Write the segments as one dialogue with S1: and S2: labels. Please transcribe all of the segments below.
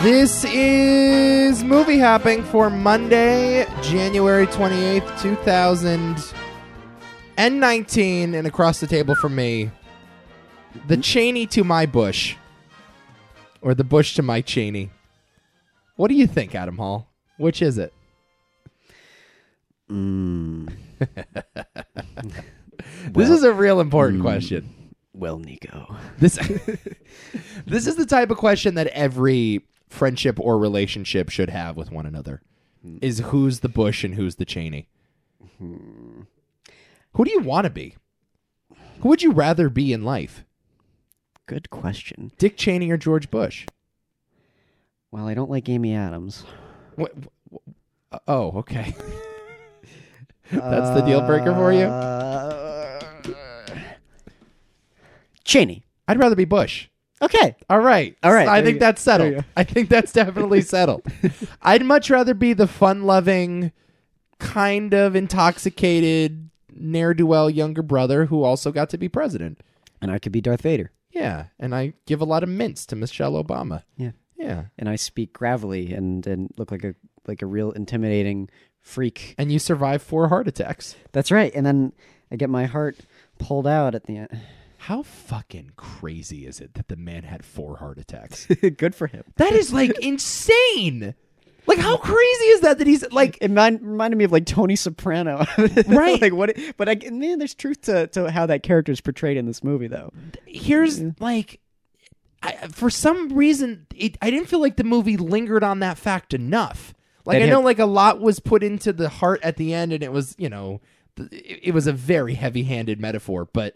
S1: This is Movie Hopping for Monday, January 28th, 2019. And across the table from me, the Cheney to my Bush, or the Bush to my Cheney. What do you think, Adam Hall? Which is it? this is a real important question.
S2: Well, Nico.
S1: This this is the type of question that every friendship or relationship should have with one another. Is who's the Bush and who's the Cheney? Who do you want to be? Who would you rather be in life?
S2: Good question.
S1: Dick Cheney or George Bush?
S2: Well, I don't like Amy Adams.
S1: What, oh, okay. That's the deal breaker for you?
S2: Uh, Cheney.
S1: I'd rather be Bush.
S2: Okay.
S1: All right.
S2: All right.
S1: I
S2: There
S1: think
S2: you-
S1: that's
S2: there you
S1: settled.
S2: go.
S1: I think that's definitely settled. I'd much rather be the fun loving, kind of intoxicated, ne'er do well younger brother who also got to be president.
S2: And I could be Darth Vader.
S1: Yeah. And I give a lot of mints to Michelle Obama.
S2: Yeah.
S1: Yeah.
S2: And I speak gravelly and and look like a like a real intimidating freak.
S1: And you survived four heart attacks.
S2: That's right. And then I get my heart pulled out at the end.
S1: How fucking crazy is it that the man had four heart attacks?
S2: Good for him.
S1: that is like insane. Like, how crazy is that that he's like,
S2: It mind, reminded me of like Tony Soprano,
S1: Right.
S2: like what? But I, man, there's truth to, to how that character is portrayed in this movie, though.
S1: here's
S2: Mm-hmm.
S1: like I, for some reason it, i didn't feel like the movie lingered on that fact enough like
S2: That
S1: i
S2: he
S1: know
S2: had-
S1: like a lot was put into the heart at the end and it was you know th- it, it was a very heavy-handed metaphor but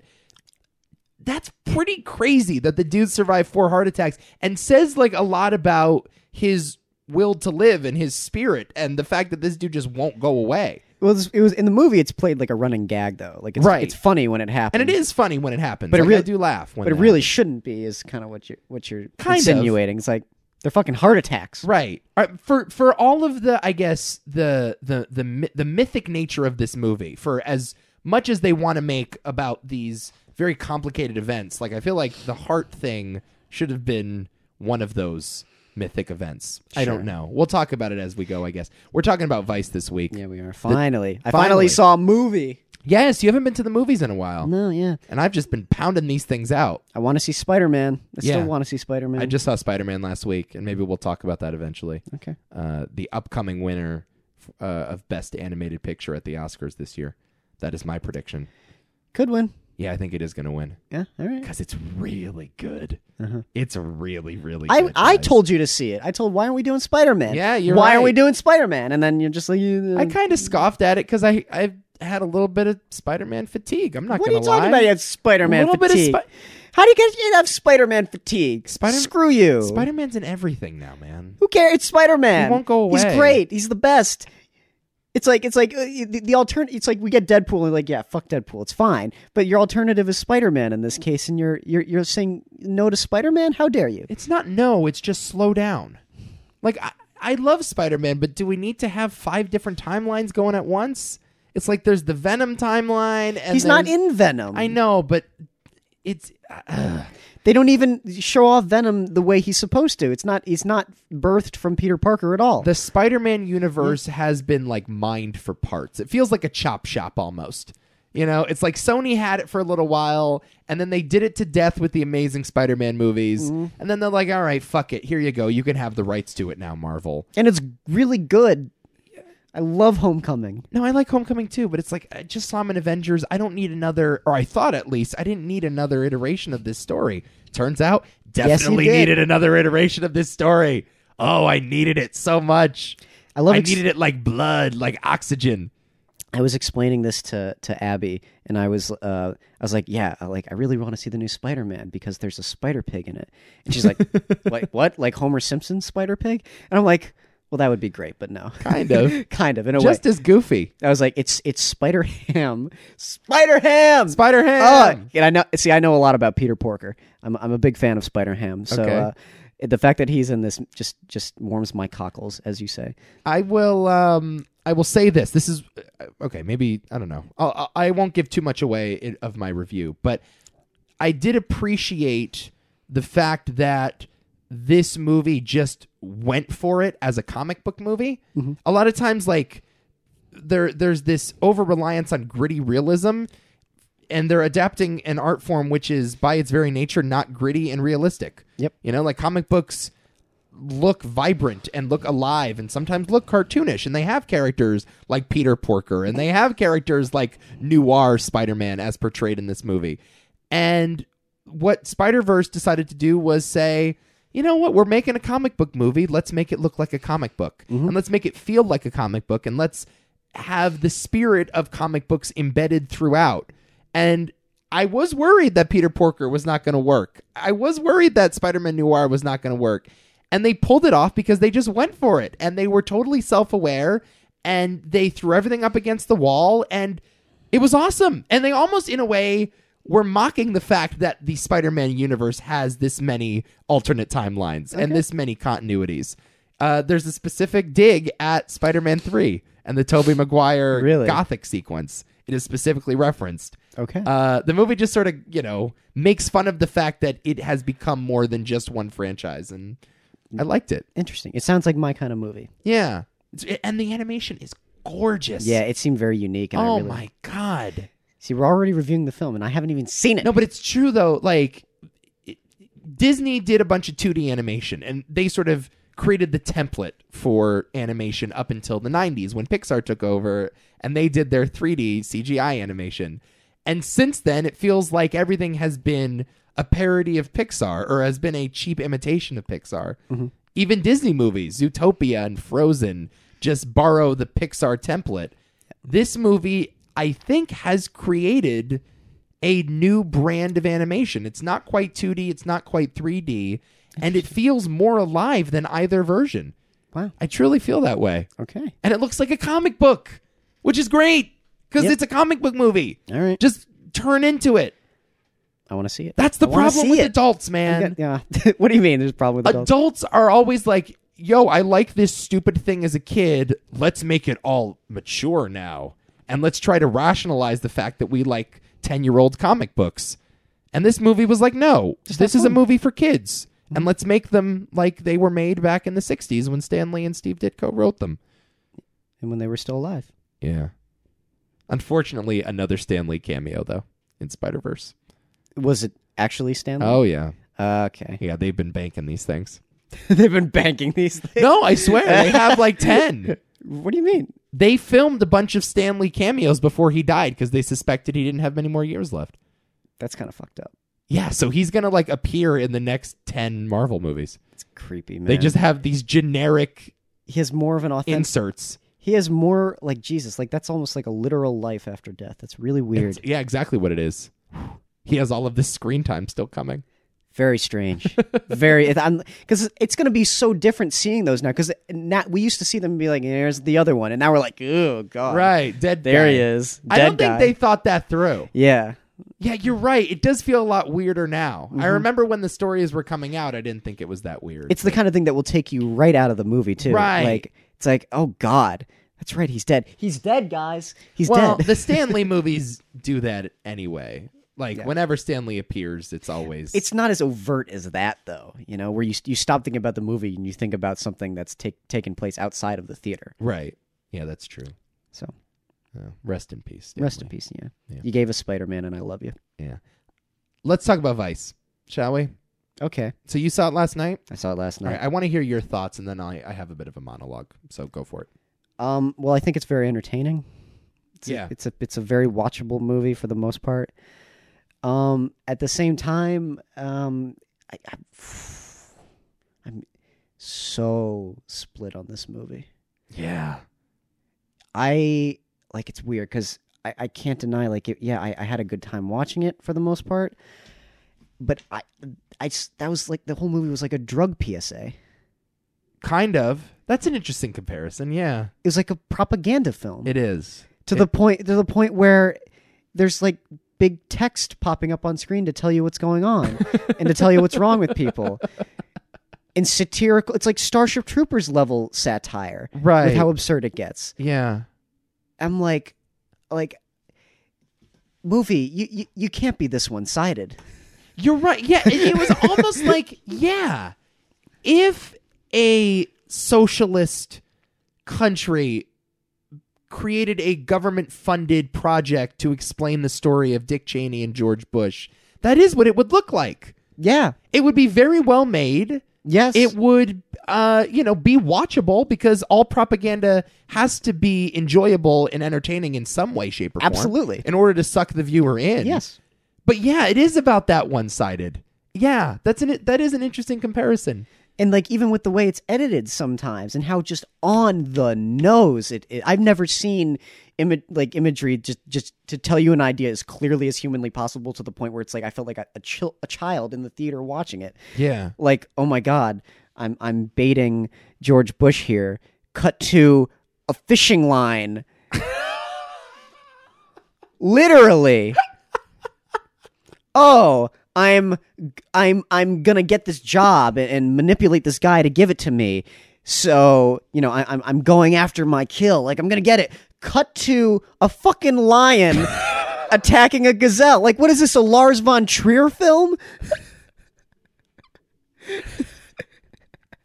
S1: that's pretty crazy that the dude survived four heart attacks and says like a lot about his will to live and his spirit and the fact that this dude just won't go away
S2: Well, this- it was in the movie. It's played like a running gag, though. Like it's
S1: Right.
S2: it's funny when it happens,
S1: and it is funny when it happens
S2: But it
S1: Like,
S2: real-
S1: I do laugh when
S2: but it
S1: that
S2: really shouldn't be. Is kind of what you what you're
S1: Kind of.
S2: insinuating. It's like they're fucking heart attacks.
S1: Right. All right, For for all of the I guess the the the my- the mythic nature of this movie for as much as they want to make about these very complicated events, like I feel like the heart thing should have been one of those mythic events. I don't know. We'll talk about it as we go, I guess. We're talking about Vice this week.
S2: Yeah, we are finally. I
S1: finally.
S2: finally saw a movie.
S1: Yes, you haven't been to the movies in a while.
S2: No, yeah.
S1: And I've just been pounding these things out.
S2: I want to see Spider Man. I
S1: Yeah.
S2: still want to see Spider Man.
S1: I just saw Spider-Man last week and maybe we'll talk about that eventually.
S2: okay.
S1: uh, the upcoming winner uh, of Best Animated Picture at the Oscars this year. That is my prediction.
S2: Could win.
S1: Yeah, I think it is going to win
S2: Yeah. All right.
S1: because it's really good. It's really, really.
S2: I,
S1: good,
S2: I
S1: guys.
S2: told you to see it. I told why aren't we doing Spider Man?
S1: Yeah, you're
S2: Why
S1: right.
S2: aren't we doing Spider Man? And then you're just like, you,
S1: I kind of scoffed at it because I I had a little bit of Spider-Man fatigue. I'm not
S2: what are
S1: going
S2: you
S1: to lie.
S2: talking about? You have Spider Man
S1: Little bit of
S2: fatigue.
S1: Spi-
S2: How do you get you have Spider Man fatigue?
S1: Spider-
S2: Screw you.
S1: Spider-Man's in everything now, man.
S2: Who cares? It's Spider Man.
S1: He won't go away.
S2: He's great. He's the best. It's like it's like uh, the, the alternative. It's like we get Deadpool and like yeah, fuck Deadpool. It's fine. But your alternative is Spider Man in this case, and you're you're you're saying no to Spider Man. How dare you?
S1: It's not no. It's just slow down. Like I, I love Spider-Man, but do we need to have five different timelines going at once? It's like there's the Venom timeline, and
S2: He's not
S1: there's-
S2: in Venom.
S1: I know, but it's
S2: They don't even show off Venom the way he's supposed to. It's not. He's not birthed from Peter Parker at all.
S1: the Spider-Man universe has been like mined for parts. It feels like a chop shop almost. You know, it's like Sony had it for a little while, and then they did it to death with the Amazing Spider-Man movies, and then they're like, "All right, fuck it, here you go, you can have the rights to it now, Marvel."
S2: and it's really good. I love Homecoming.
S1: No, I like Homecoming too, but it's like I just saw him in Avengers. I don't need another, or I thought at least I didn't need another iteration of this story. Turns out,
S2: you
S1: definitely
S2: did.
S1: needed another iteration of this story. Oh, I needed it so much.
S2: I love
S1: I
S2: ex-
S1: needed it like blood, like oxygen.
S2: I was explaining this to to Abby, and I was uh, I was like, yeah, like I really want to see the new Spider Man because there's a Spider Pig in it, and she's like, like what, like Homer Simpson Spider Pig? And I'm like, well, that would be great, but no,
S1: Kind of.
S2: kind of in a
S1: Just
S2: way.
S1: as goofy.
S2: I was like, it's it's Spider Ham, Spider Ham,
S1: Spider Ham.
S2: Oh, and I know. See, I know a lot about Peter Porker. I'm I'm a big fan of Spider Ham. So
S1: Okay.
S2: uh, the fact that he's in this just just warms my cockles, as you say.
S1: I will. Um, I will say this. This is uh, okay. Maybe I don't know. I'll, I'll- I won't give too much away in, of my review, but I did appreciate the fact that this movie just went for it as a comic book movie. A lot of times, like there there's this over reliance on gritty realism, and they're adapting an art form which is by its very nature not gritty and realistic.
S2: Yep.
S1: You know, like comic books look vibrant and look alive and sometimes look cartoonish and they have characters like Peter Porker and they have characters like noir Spider-Man as portrayed in this movie. And what Spider-Verse decided to do was say, you know what, we're making a comic book movie, let's make it look like a comic book and let's make it feel like a comic book and let's have the spirit of comic books embedded throughout. And I was worried that Peter Porker was not going to work. I was worried that Spider Man Noir was not going to work. And they pulled it off because they just went for it. And they were totally self aware and they threw everything up against the wall. And it was awesome. And they almost, in a way, were mocking the fact that the Spider Man universe has this many alternate timelines and this many continuities. Uh, there's a specific dig at Spider Man 3 and the Tobey Maguire
S2: Really?
S1: gothic sequence. It is specifically referenced.
S2: Okay.
S1: Uh, the movie just sort of, you know, makes fun of the fact that it has become more than just one franchise, and I liked it.
S2: Interesting. It sounds like my kind of movie.
S1: Yeah, It's- and the animation is gorgeous.
S2: Yeah, it seemed very unique. And I
S1: Oh
S2: really,
S1: my god.
S2: See, we're already reviewing the film, and I haven't even seen it.
S1: No, but it's true though. Like it- Disney did a bunch of 2D animation, and they sort of created the template for animation up until the 90s when Pixar took over, and they did their 3D CGI animation. And since then, it feels like everything has been a parody of Pixar or has been a cheap imitation of Pixar. Even Disney movies, Zootopia and Frozen, just borrow the Pixar template. This movie, I think, has created a new brand of animation. It's not quite 2D, it's not quite 3D, and it feels more alive than either version.
S2: Wow.
S1: I truly feel that way.
S2: Okay.
S1: And it looks like a comic book, which is great because
S2: Yep.
S1: it's a comic book movie.
S2: All right.
S1: Just turn into it.
S2: I want to see it.
S1: That's the
S2: I wanna
S1: problem
S2: see
S1: with
S2: it.
S1: adults, man.
S2: Yeah. yeah. what do you mean? There's a problem with adults.
S1: Adults are always like, yo, I like this stupid thing as a kid. Let's make it all mature now. And let's try to rationalize the fact that we like 10 year old comic books. And this movie was like, no, this is a movie for kids. And let's make them like they were made back in the 60s when Stanley and Steve Ditko wrote them.
S2: and when they were still alive.
S1: Yeah. Unfortunately, another Stanley cameo, though, in Spider Verse.
S2: Was it actually Stanley? Uh,
S1: Oh, yeah.
S2: Okay.
S1: Yeah, they've been banking these things.
S2: They've been banking these things.
S1: No, I swear, they have like 10.
S2: What do you mean?
S1: they filmed a bunch of Stanley cameos before he died because they suspected he didn't have many more years left.
S2: That's kind of fucked up.
S1: Yeah, so he's gonna like appear in the next ten Marvel movies.
S2: It's creepy, man.
S1: They just have these generic
S2: he has more of an authentic.
S1: inserts.
S2: he has more like Jesus. Like that's almost like a literal life after death. That's really weird.
S1: It's- yeah, exactly what it is. He has all of this screen time still coming.
S2: Very strange. Very because it's going to be so different seeing those now. Because now we used to see them and be like, "There's the other one," and now we're like, "Oh God,
S1: Right, dead.
S2: there
S1: guy.
S2: he is."
S1: I
S2: Dead
S1: don't think
S2: guy.
S1: they thought that through.
S2: Yeah,
S1: Yeah, you're right. It does feel a lot weirder now. I remember when the stories were coming out, I didn't think it was that weird.
S2: Mm-hmm. it's the kind of thing that will take you right out of the movie too.
S1: Right.
S2: Like it's like, "Oh God, that's right. He's dead. He's dead, guys. He's
S1: well,
S2: dead."
S1: the Stanley movies do that anyway. Like whenever Stanley appears, it's always
S2: it's not as overt as that though you know where you, you stop thinking about the movie and you think about something that's take, taken place outside of the theater
S1: Right. Yeah, that's true.
S2: so
S1: Yeah. Rest in peace.
S2: rest in
S1: Stanley.
S2: peace yeah.
S1: Yeah.
S2: you gave us spider-man and i love you
S1: Yeah. Let's talk about Vice, shall we?
S2: okay
S1: So you saw it last night.
S2: i saw it last
S1: All
S2: night
S1: right. I want to hear your thoughts, and then I, I have a bit of a monologue. So go for it.
S2: um well i think it's very entertaining it's
S1: Yeah.
S2: a, it's a it's a very watchable movie for the most part um at the same time um I, I, i'm so split on this movie
S1: Yeah.
S2: I like it's weird because I, I can't deny like it, yeah I, I had a good time watching it for the most part, but I I s- that was like the whole movie was like a drug PSA. It
S1: Kind of. That's an interesting comparison. Yeah.
S2: was like a propaganda film
S1: It is.
S2: to the point to the point where there's like big text popping up on screen to tell you what's going on and to tell you what's wrong with people. And satirical, it's like Starship Troopers level satire
S1: Right.
S2: with how absurd it gets.
S1: yeah.
S2: I'm like, like, movie, you you, you can't be this one sided.
S1: You're right. Yeah. And it was almost like, yeah. if a socialist country created a government funded project to explain the story of Dick Cheney and George Bush, that is what it would look like.
S2: Yeah.
S1: It would be very well made.
S2: Yes.
S1: It would, uh, you know, be watchable because all propaganda has to be enjoyable and entertaining in some way, shape, or form
S2: Absolutely.
S1: in order to suck the viewer in.
S2: Yes.
S1: but yeah, it is about that one-sided. Yeah, that's an that is an interesting comparison.
S2: and like even with the way it's edited sometimes and how just on the nose it, it- i've never seen ima- like imagery just just to tell you an idea as clearly as humanly possible to the point where it's like i felt like a, a, chil- a child in the theater watching it
S1: Yeah,
S2: like oh my god i'm i'm baiting george bush here cut to a fishing line literally oh i'm i'm i'm gonna get this job and, and manipulate this guy to give it to me so you know I, I'm, I'm going after my kill like i'm gonna get it cut to a fucking lion attacking a gazelle like what is this a lars von trier film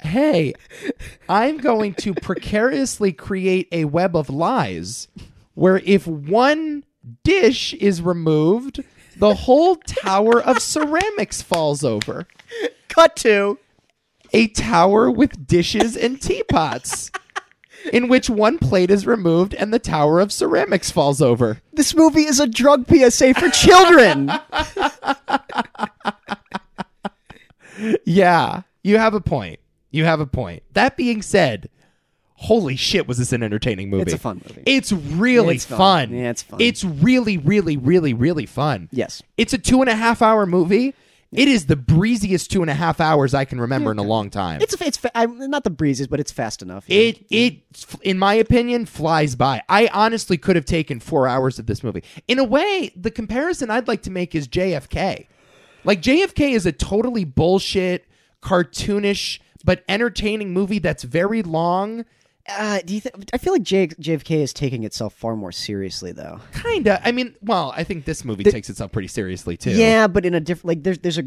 S1: hey, I'm going to precariously create a web of lies where if one dish is removed, the whole tower of ceramics falls over.
S2: cut to
S1: A tower with dishes and teapots. In which one plate is removed and the tower of ceramics falls over.
S2: This movie is a drug PSA for children.
S1: Yeah, you have a point. You have a point. That being said, holy shit, was this an entertaining movie?
S2: It's a fun movie.
S1: It's really
S2: It's
S1: fun.
S2: fun. Yeah, it's fun.
S1: It's really, really, really, really fun.
S2: yes.
S1: It's a two and a half hour movie. It is the breeziest two and a half hours I can remember in a long time.
S2: It's it's fa- I'm, not the breezes, but it's fast enough. you
S1: It it in my opinion flies by. I honestly could have taken 4 hours of this movie. In a way, the comparison I'd like to make is JFK. Like JFK is a totally bullshit, cartoonish but entertaining movie that's very long.
S2: know? uh, do you th- I feel like J- JFK is taking itself far more seriously though.
S1: Kinda. I mean, well, I think this movie takes itself pretty seriously too.
S2: Yeah, but in a different like there's there's a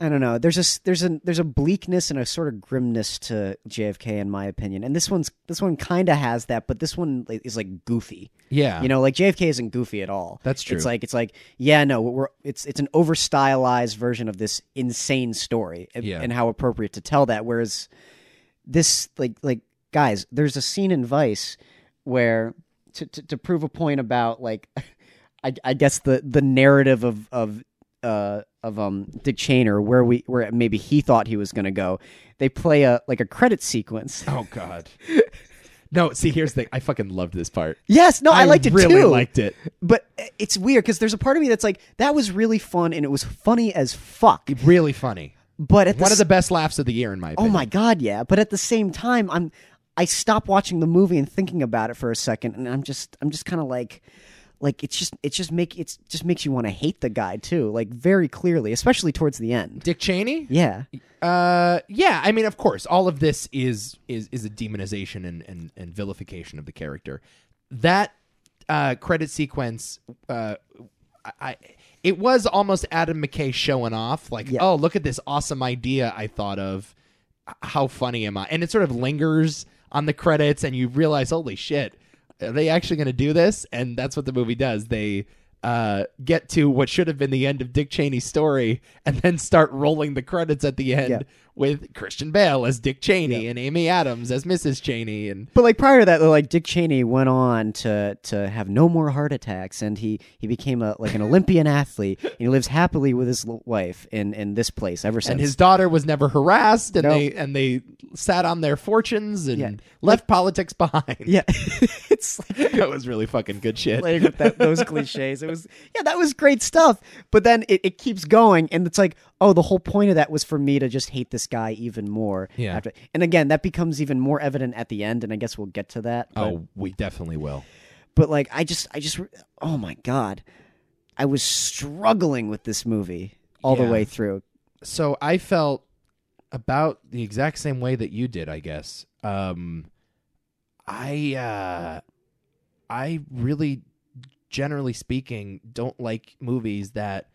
S2: I don't know. There's a s- there's a there's a bleakness and a sort of grimness to JFK in my opinion. And this one's this one kind of has that, but this one like, is like goofy.
S1: Yeah.
S2: You know, like JFK isn't goofy at all.
S1: That's true.
S2: It's like it's like yeah, no, we're it's it's an over stylized version of this insane story, and,
S1: Yeah.
S2: and how appropriate to tell that. Whereas this, like like guys, there's a scene in Vice where to to, to prove a point about like, I, I guess the the narrative of of uh of um Dick Chaner where we where maybe he thought he was gonna go, they play a like a credit sequence.
S1: Oh god. No, see, here's the I fucking loved this part.
S2: Yes, no, I, liked it
S1: really
S2: too.
S1: liked it.
S2: But uh, it's weird because there's a part of me that's like, that was really fun and it was funny as fuck.
S1: Really funny.
S2: But at the,
S1: One of
S2: s-
S1: the best laughs of the year in my
S2: oh
S1: opinion.
S2: my god, yeah. But at the same time, I'm I stop watching the movie and thinking about it for a second, and I'm just I'm just kind of like, like it's just it's just make it's just makes you want to hate the guy too, like very clearly, especially towards the end.
S1: Dick Cheney?
S2: Yeah,
S1: Uh, yeah. I mean, of course, all of this is is is a demonization and and, and vilification of the character. That uh, credit sequence, uh, I, I it was almost Adam McKay showing off, like,
S2: Yeah.
S1: oh, look at this awesome idea I thought of. H- How funny am I? And it sort of lingers on the credits, and you realize, holy shit, are they actually going to do this? And that's what the movie does. They uh, get to what should have been the end of Dick Cheney's story, and then start rolling the credits at the end
S2: Yeah.
S1: with Christian Bale as Dick Cheney and Amy Adams as Mrs. Cheney, and
S2: but like prior to that, though, like Dick Cheney went on to to have no more heart attacks, and he he became a like an Olympian athlete, and he lives happily with his l- wife in in this place ever since.
S1: and his daughter was never harassed, and
S2: No.
S1: they and they sat on their fortunes and
S2: Yeah.
S1: left politics behind.
S2: Yeah, it's like,
S1: that was really fucking good shit.
S2: playing with that, those cliches. It was yeah, that was great stuff. But then it, it keeps going, and it's like, oh, the whole point of that was for me to just hate this guy even more.
S1: Yeah.
S2: After, and again, that becomes even more evident at the end, and I guess we'll get to that. But,
S1: oh, we definitely will.
S2: but like, I just, I just, oh my god, I was struggling with this movie all
S1: Yeah.
S2: the way through.
S1: so I felt about the exact same way that you did, I guess. Um, I uh, I really, generally speaking, don't like movies that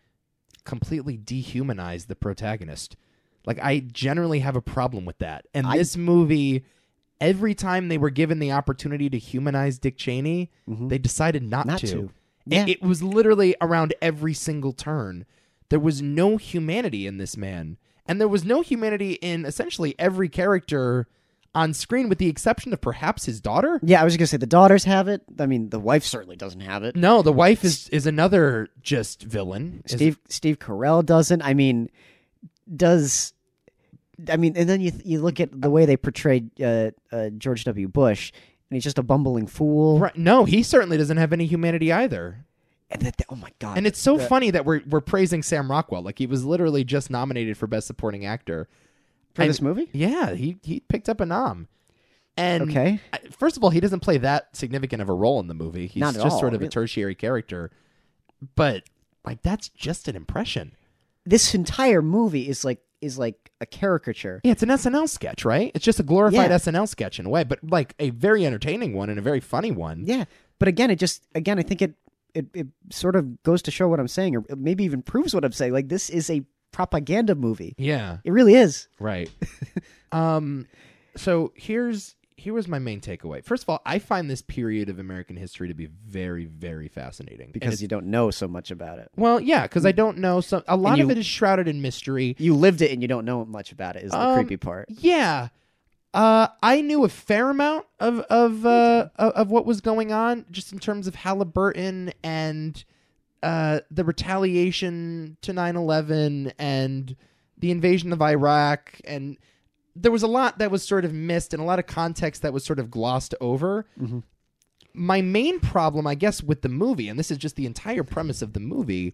S1: completely dehumanize the protagonist. Like I generally have a problem with that. And
S2: I-
S1: this movie, every time they were given the opportunity to humanize Dick Cheney,
S2: Mhm.
S1: they decided not,
S2: Not
S1: to.
S2: to.
S1: It-
S2: Yeah.
S1: It, was literally around every single turn. There was no humanity in this man, and there was no humanity in essentially every character on screen, with the exception of perhaps his daughter.
S2: Yeah, I was just gonna say the daughters have it. I mean, the wife certainly doesn't have it.
S1: No, the wife is is another just villain. Is-
S2: Steve Steve Carell doesn't. I mean, does I mean? And then you you look at the way they portrayed uh, uh, George W. Bush, and he's just a bumbling fool.
S1: Right. No, he certainly doesn't have any humanity either.
S2: And that, oh my god!
S1: And it's so funny that we're we're praising Sam Rockwell. Like he was literally just nominated for Best Supporting Actor.
S2: for this movie,
S1: Yeah, he he picked up a nom. And
S2: okay,
S1: I- first of all, he doesn't play that significant of a role in the movie. He's
S2: Not at
S1: just
S2: all,
S1: sort of a
S2: really.
S1: tertiary character. But like that's just an impression.
S2: this entire movie is like is like a caricature.
S1: Yeah, it's an SNL sketch, right? It's just a glorified
S2: Yeah.
S1: SNL sketch in a way, but like a very entertaining one and a very funny one.
S2: Yeah, but again, it just again, I think it it it sort of goes to show what I'm saying, or maybe even proves what I'm saying. Like this is a propaganda movie.
S1: Yeah.
S2: It really is.
S1: Right. um so here's here was my main takeaway. First of all, I find this period of American history to be very very fascinating And
S2: because
S1: it's-
S2: you don't know so much about it.
S1: well, yeah, cuz I don't know some a lot of
S2: you-
S1: it is shrouded in mystery.
S2: You lived it and you don't know much about it is the
S1: Um,
S2: creepy part.
S1: Yeah. Uh, I knew a fair amount of of uh, of of what was going on, just in terms of Halliburton and uh, the retaliation to 9-11 and the invasion of Iraq, and there was a lot that was sort of missed and a lot of context that was sort of glossed over. My main problem, I guess, with the movie, and this is just the entire premise of the movie,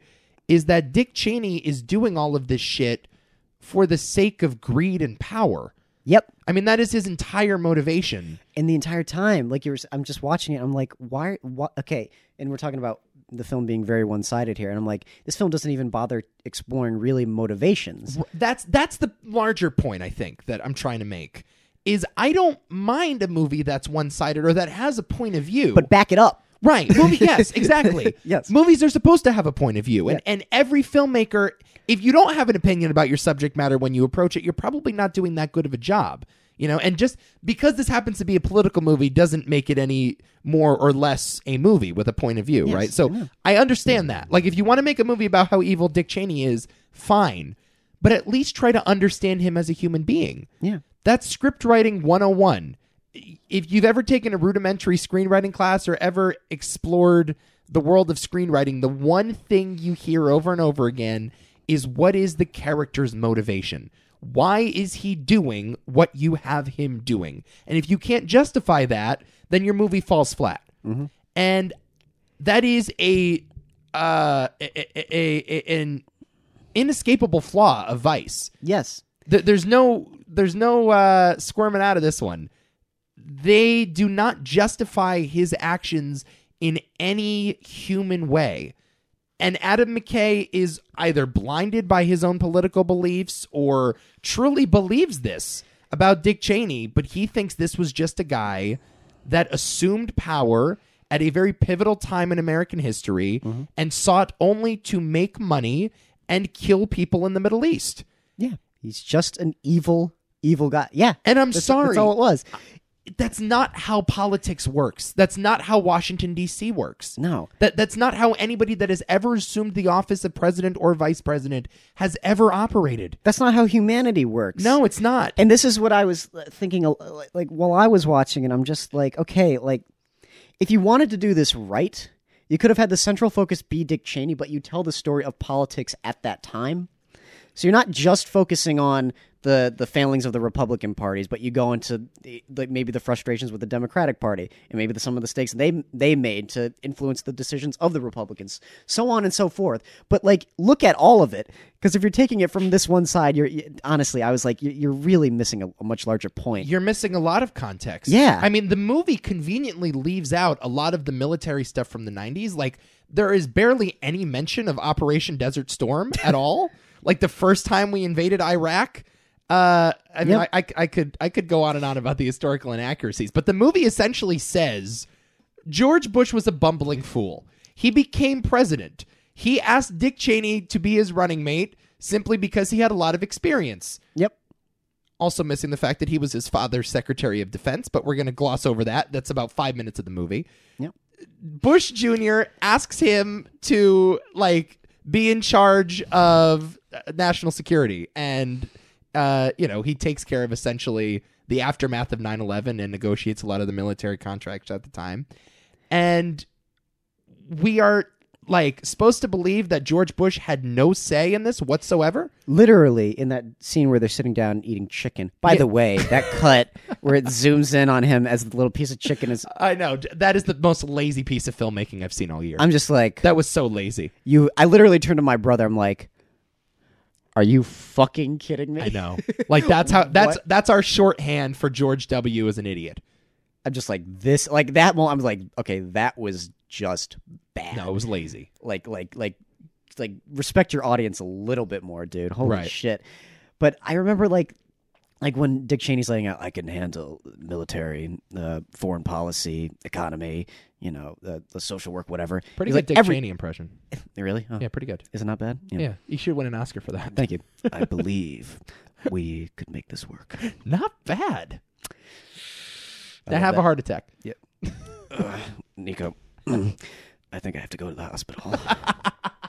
S1: is that Dick Cheney is doing all of this shit for the sake of greed and power.
S2: Yep.
S1: I mean, that is his entire motivation.
S2: And the entire time, like you were, s- I'm just watching it. I'm like, why? What? Okay. And we're talking about the film being very one sided here, and I'm like, this film doesn't even bother exploring really
S1: Mm-hmm.
S2: motivations.
S1: That's that's the larger point I think that I'm trying to make is I don't mind a movie that's one-sided or that has a point of view.
S2: But back it up.
S1: right, movie yes, exactly.
S2: Yes.
S1: Movies are supposed to have a point of view. And and every filmmaker if you don't have an opinion about your subject matter when you approach it, you're probably not doing that good of a job. You know, and just because this happens to be a political movie doesn't make it any more or less a movie with a point of view, right? So I understand that. Like, if you want to make a movie about how evil Dick Cheney is, fine, but at least try to understand him as a human being.
S2: Yeah.
S1: That's script writing 101. If you've ever taken a rudimentary screenwriting class or ever explored the world of screenwriting, the one thing you hear over and over again is what is the character's motivation? Why is he doing what you have him doing? And if you can't justify that, then your movie falls flat. And that is a uh a, a, a- a- an inescapable flaw of vice.
S2: Yes.
S1: Th- there's no there's no uh, squirming out of this one. They do not justify his actions in any human way. And Adam McKay is either blinded by his own political beliefs or truly believes this about Dick Cheney, but he thinks this was just a guy that assumed power at a very pivotal time in American history
S2: Mm-hmm.
S1: and sought only to make money and kill people in the Middle East.
S2: Yeah. He's just an evil, evil guy. Yeah.
S1: And I'm
S2: That's-
S1: sorry,
S2: That's all it was.
S1: that's not how politics works. That's not how Washington D.C. works.
S2: No.
S1: That that's not how anybody that has ever assumed the office of president or vice president has ever operated.
S2: That's not how humanity works.
S1: No, it's not.
S2: and this is what I was uh, thinking, uh, like while I was watching, and I'm just like, okay, like if you wanted to do this right, you could have had the central focus be Dick Cheney, but you tell the story of politics at that time. So you're not just focusing on the the failings of the Republican parties, but you go into the, like maybe the frustrations with the Democratic Party and maybe the, some of the mistakes they they made to influence the decisions of the Republicans, so on and so forth. But like, look at all of it because if you're taking it from this one side, you're you, honestly, I was like, you're, you're really missing a, a much larger point.
S1: You're missing a lot of context.
S2: Yeah.
S1: I mean, the movie conveniently leaves out a lot of the military stuff from the 90s. Like, there is barely any mention of Operation Desert Storm at all. like, the first time we invaded Iraq. Uh, I mean,
S2: Yep.
S1: I, I, I could I could go on and on about the historical inaccuracies, but the movie essentially says George Bush was a bumbling fool. He became president. He asked Dick Cheney to be his running mate. simply because he had a lot of experience.
S2: Yep.
S1: Also missing the fact that he was his father's Secretary of Defense, but we're going to gloss over that. That's about five minutes of the movie.
S2: Yep.
S1: Bush Jr. asks him to like be in charge of uh, national security, and uh, you know he takes care of essentially the aftermath of 9-11 and negotiates a lot of the military contracts at the time. And we are like supposed to believe that George Bush had no say in this whatsoever.
S2: Literally in that scene where they're sitting down and eating chicken. By
S1: Yeah.
S2: the way, that cut where it zooms in on him as the little piece of chicken is.
S1: I know that is the most lazy piece of filmmaking I've seen all year.
S2: I'm just like
S1: that was so lazy.
S2: you. I literally turned to my brother. I'm like, "Are you fucking kidding me?"
S1: I know. Like that's how that's that's our shorthand for George W is an idiot.
S2: I'm just like this, like that. Well, I'm like, okay, that was just bad.
S1: No, it was lazy.
S2: like like like like respect your audience a little bit more, dude. Holy
S1: Right.
S2: shit. But I remember like like when Dick Cheney's laying out, I can handle military, uh, foreign policy, economy, you know, uh, the social work, whatever.
S1: Pretty
S2: He's
S1: good
S2: like,
S1: Dick
S2: every-
S1: Cheney impression.
S2: Really? Oh,
S1: Yeah, pretty good.
S2: Is it not bad?
S1: Yeah. you should win an Oscar for that.
S2: Thank you. I believe we could make this work.
S1: Not bad. To
S2: love
S1: have a
S2: that.
S1: heart attack.
S2: Uh, Nico, I think I have to go to the hospital.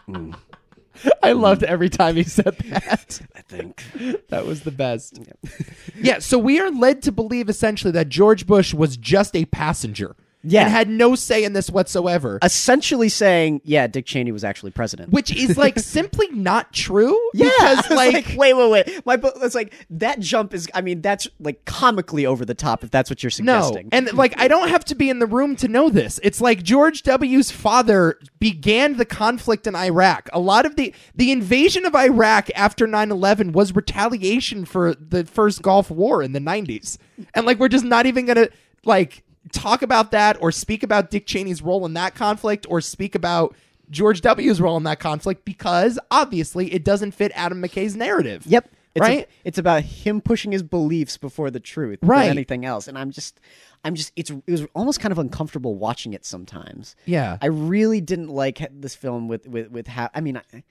S2: Mm,
S1: I loved every time he said that.
S2: I think.
S1: That was the best. yeah, so we are led to believe essentially that George Bush was just a passenger.
S2: Yeah.
S1: And had no say in this whatsoever.
S2: Essentially saying, yeah, Dick Cheney was actually president.
S1: which is like simply not true.
S2: Yeah,
S1: Because
S2: I was
S1: like,
S2: wait, wait, wait. My book was like that jump is. I mean, that's like comically over the top. If that's what you're
S1: no.
S2: suggesting,
S1: And like I don't have to be in the room to know this. It's like George W.'s father began the conflict in Iraq. A lot of the the invasion of Iraq after 9/11 was retaliation for the first Gulf War in the 90s. And like we're just not even going to like talk about that or speak about Dick Cheney's role in that conflict or speak about George W.'s role in that conflict because obviously it doesn't fit Adam McKay's narrative.
S2: yep, it's a-
S1: Right?
S2: it's about him pushing his beliefs before the truth, than
S1: Right.
S2: anything else, and I'm just, I'm just. It's it was almost kind of uncomfortable watching it sometimes.
S1: Yeah.
S2: I really didn't like ha- this film with with with how. I mean, I,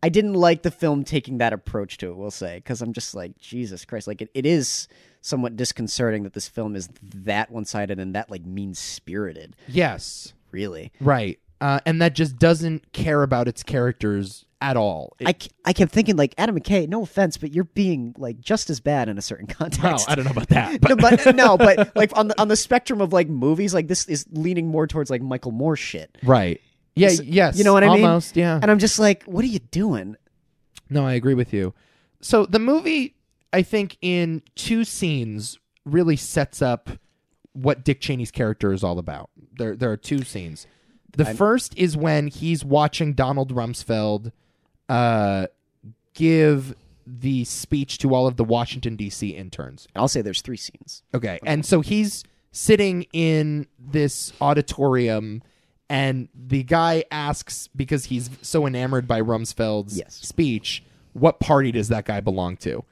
S2: I didn't like the film taking that approach to it. We'll say because I'm just like Jesus Christ. Like it, it is somewhat disconcerting that this film is that one sided and that like mean spirited.
S1: yes.
S2: Really.
S1: Right. Uh, and that just doesn't care about its characters at all. It-
S2: I, ke- I kept thinking like Adam McKay, no offense, but you're being like just as bad in a certain
S1: no,
S2: context.
S1: I don't know about that.
S2: No,
S1: But
S2: but no, but like on the on the spectrum of like movies, like this is leaning more towards like Michael Moore shit.
S1: right. Yeah.
S2: So-
S1: yes.
S2: you know what I mean?
S1: Almost. Yeah.
S2: And I'm just like, what are you doing?
S1: No, I agree with you. So the movie, I think, in two scenes, really sets up what Dick Cheney's character is all about. There, there are two scenes. The first is when he's watching Donald Rumsfeld uh, give the speech to all of the Washington D.C. interns.
S2: I'll say there's three scenes.
S1: Okay. And so he's sitting in this auditorium and the guy asks because he's so enamored by Rumsfeld's
S2: Yes.
S1: speech, what party does that guy belong to?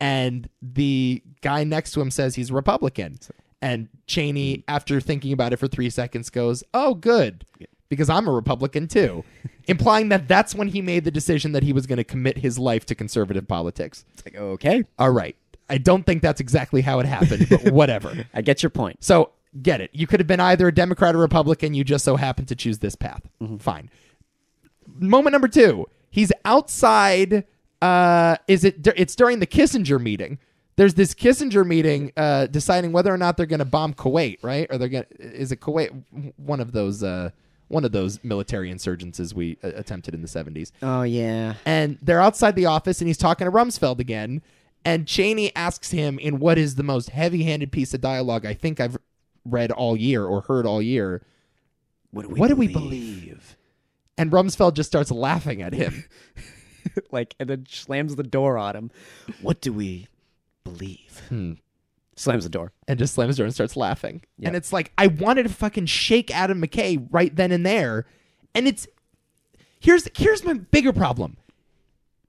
S1: and the guy next to him says he's a Republican. And Cheney, after thinking about it for three seconds, goes, "Oh, good, because I'm a Republican too," implying that that's when he made the decision that he was going to commit his life to conservative politics.
S2: It's like okay,
S1: All right. I don't think that's exactly how it happened, but whatever.
S2: I get your point.
S1: So get it. You could have been either a Democrat or Republican. You just so happened to choose this path. Fine. Moment number two. He's outside. Uh, is it? dur- It's during the Kissinger meeting. There's this Kissinger meeting uh, deciding whether or not they're going to bomb Kuwait, right? Or they're going. to Is it Kuwait? One of those. Uh, one of those military insurgencies we uh, attempted in the 70s
S2: Oh yeah,
S1: and they're outside the office and he's talking to Rumsfeld again. And Cheney asks him in what is the most heavy handed piece of dialogue I think I've read all year or heard all year.
S2: what do
S1: what do we believe? And Rumsfeld just starts laughing at him.
S2: like, and then slams the door on him. What do we believe?
S1: Hmm.
S2: Slams the door.
S1: and just slams her and starts laughing.
S2: Yep.
S1: And it's like I wanted to fucking shake Adam McKay right then and there. And it's here's here's my bigger problem.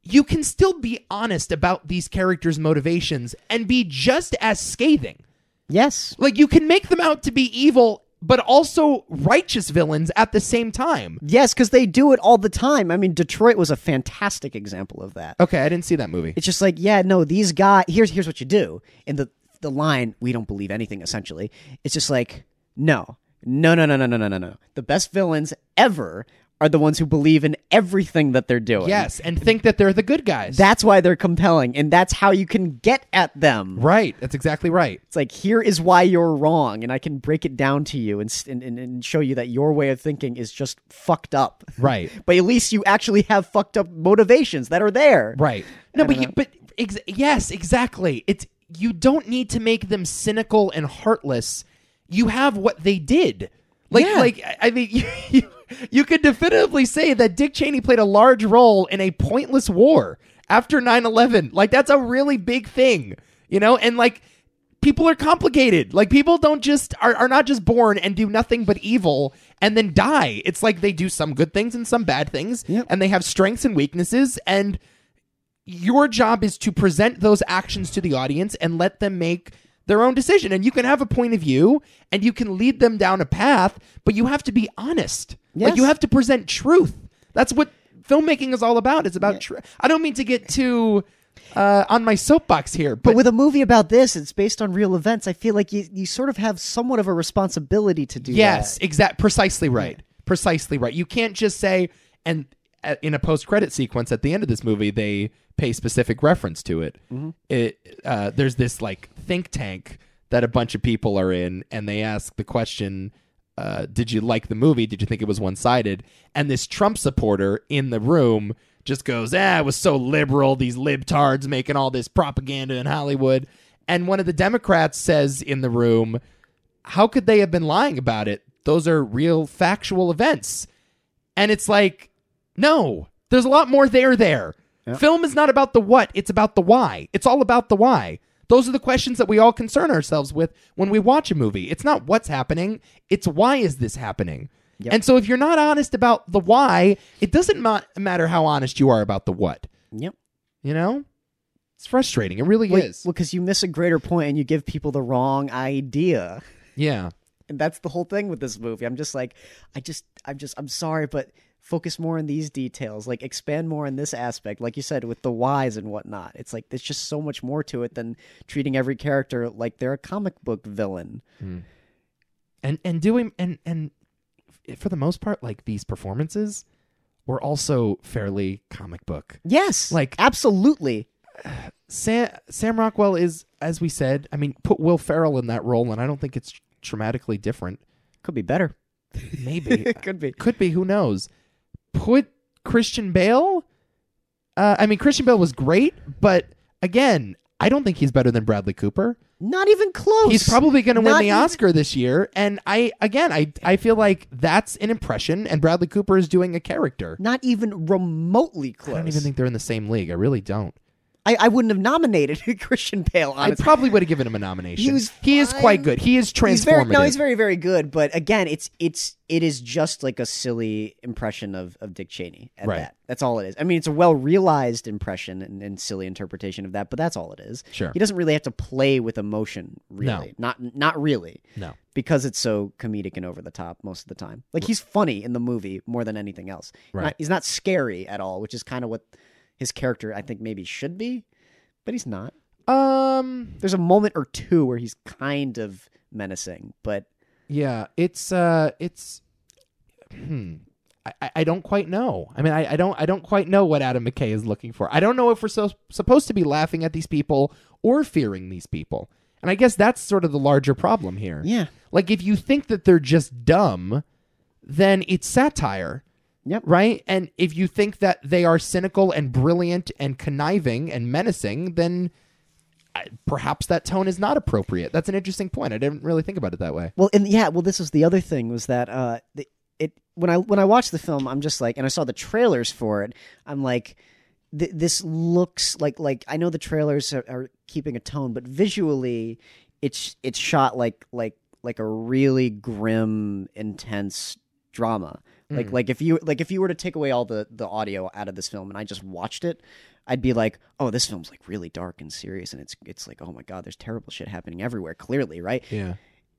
S1: You can still be honest about these characters' motivations and be just as scathing.
S2: Yes,
S1: Like you can make them out to be evil, but also righteous villains at the same time.
S2: Yes, because they do it all the time. I mean, Detroit was a fantastic example of that.
S1: Okay, I didn't see that movie.
S2: It's just like, yeah, no, these guys. Here's here's what you do. And the the line, we don't believe anything. Essentially, it's just like, no, no, no, no, no, no, no, no, no. The best villains ever are the ones who believe in everything that they're doing.
S1: Yes, and think that they're the good guys.
S2: that's why they're compelling, and that's how you can get at them.
S1: right. That's exactly right.
S2: It's like here is why you're wrong, and I can break it down to you and s- and, and, and show you that your way of thinking is just fucked up.
S1: Right.
S2: But at least you actually have fucked up motivations that are there.
S1: Right. No, but you, but ex- yes, exactly. It's you don't need to make them cynical and heartless. You have what they did. Like
S2: Yeah.
S1: like I- I mean you, you you could definitively say that Dick Cheney played a large role in a pointless war after 9/11. Like that's a really big thing, you know? And like people are complicated. Like people don't just are, are not just born and do nothing but evil and then die. It's like they do some good things and some bad things
S2: Yep.
S1: and they have strengths and weaknesses and your job is to present those actions to the audience and let them make their own decision and you can have a point of view and you can lead them down a path but you have to be honest like
S2: Yes.
S1: you have to present truth that's what filmmaking is all about it's about tru- i don't mean to get too uh, on my soapbox here but,
S2: But with a movie about this, it's based on real events. I feel like you, you sort of have somewhat of a responsibility to do
S1: yes
S2: that.
S1: exact precisely right precisely right you can't just say and uh, in a post-credit sequence at the end of this movie they pay specific reference to it
S2: Mm-hmm.
S1: it uh, there's this like think tank that a bunch of people are in and they ask the question uh, did you like the movie did you think it was one-sided and this trump supporter in the room just goes ah it was so liberal these libtards making all this propaganda in hollywood and one of the democrats says in the room how could they have been lying about it? Those are real factual events. And it's like, no, there's a lot more there there. Film is not about the what, it's about the why. It's all about the why. Those are the questions that we all concern ourselves with when we watch a movie. It's not what's happening, it's why is this happening? And so if you're not honest about the why, it doesn't ma- matter how honest you are about the what,
S2: Yep.
S1: you know? It's frustrating. It really is.
S2: Well, because you miss a greater point and you give people the wrong idea.
S1: yeah.
S2: And that's the whole thing with this movie. I'm just like, I just, I'm just, I'm sorry, but focus more on these details. Like, expand more on this aspect. Like you said, with the whys and whatnot. It's like, there's just so much more to it than treating every character like they're a comic book villain.
S1: and and doing and and f- for the most part like these performances were also fairly comic book
S2: Yes.
S1: Like-
S2: absolutely.
S1: sam sam rockwell is as we said i mean put will ferrell in that role and i don't think it's dramatically different
S2: Could be better.
S1: maybe
S2: Could be.
S1: could be who knows put christian bale uh, i mean christian bale was great but again i don't think he's better than bradley cooper
S2: Not even close.
S1: He's probably going to win
S2: Oh, Not
S1: the
S2: even-
S1: Oscar this year, and I again, I I feel like that's an impression, and Bradley Cooper is doing a character.
S2: not even remotely close.
S1: I don't even think they're in the same league. I really don't.
S2: I, I wouldn't have nominated Christian Bale.
S1: I
S2: Honestly,
S1: probably would have given him a nomination.
S2: He was
S1: he is quite
S2: fine.
S1: good. He is transformative.
S2: he's very no, he's very very good. But again, it's it's it is just like a silly impression of of Dick Cheney. At
S1: Right.
S2: that, that's all it is. I mean, it's a well realized impression and, and silly interpretation of that, but that's all it is.
S1: Sure.
S2: he doesn't really have to play with emotion. Really, not not really.
S1: No.
S2: because it's so comedic and over the top most of the time. Like he's funny in the movie more than anything else.
S1: Right.
S2: Not- he's not scary at all, which is kind of what his character I think maybe should be, but he's not.
S1: um.
S2: There's a moment or two where he's kind of menacing, but
S1: Yeah. It's uh. It's. Hmm. I- I, I don't quite know. I mean, I, I don't I don't quite know what Adam McKay is looking for. I don't know if we're so, supposed to be laughing at these people or fearing these people. And I guess that's sort of the larger problem here.
S2: yeah.
S1: Like if you think that they're just dumb, then it's satire.
S2: Yep.
S1: Right? And if you think that they are cynical and brilliant and conniving and menacing, then I- perhaps that tone is not appropriate. That's an interesting point. I didn't really think about it that way.
S2: Well, and yeah, well, this was the other thing was that uh, the, it when I when I watched the film, I'm just like, and I saw the trailers for it, I'm like, th- this looks like like I know the trailers are, are keeping a tone, but visually, it's it's shot like like like a really grim, intense drama. Like like if you like if you were to take away all the the audio out of this film and I just watched it, I'd be like, oh, this film's like really dark and serious, and it's it's like oh my god, there's terrible shit happening everywhere. Clearly, right?
S1: Yeah.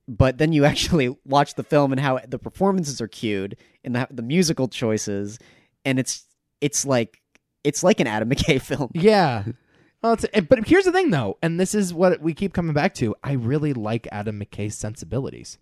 S2: but then you actually watch the film and how the performances are cued and the, the musical choices and it's it's like it's like an Adam McKay film.
S1: Yeah. Well, it's, and- but here's the thing, though, and this is what we keep coming back to. I really like Adam McKay's sensibilities.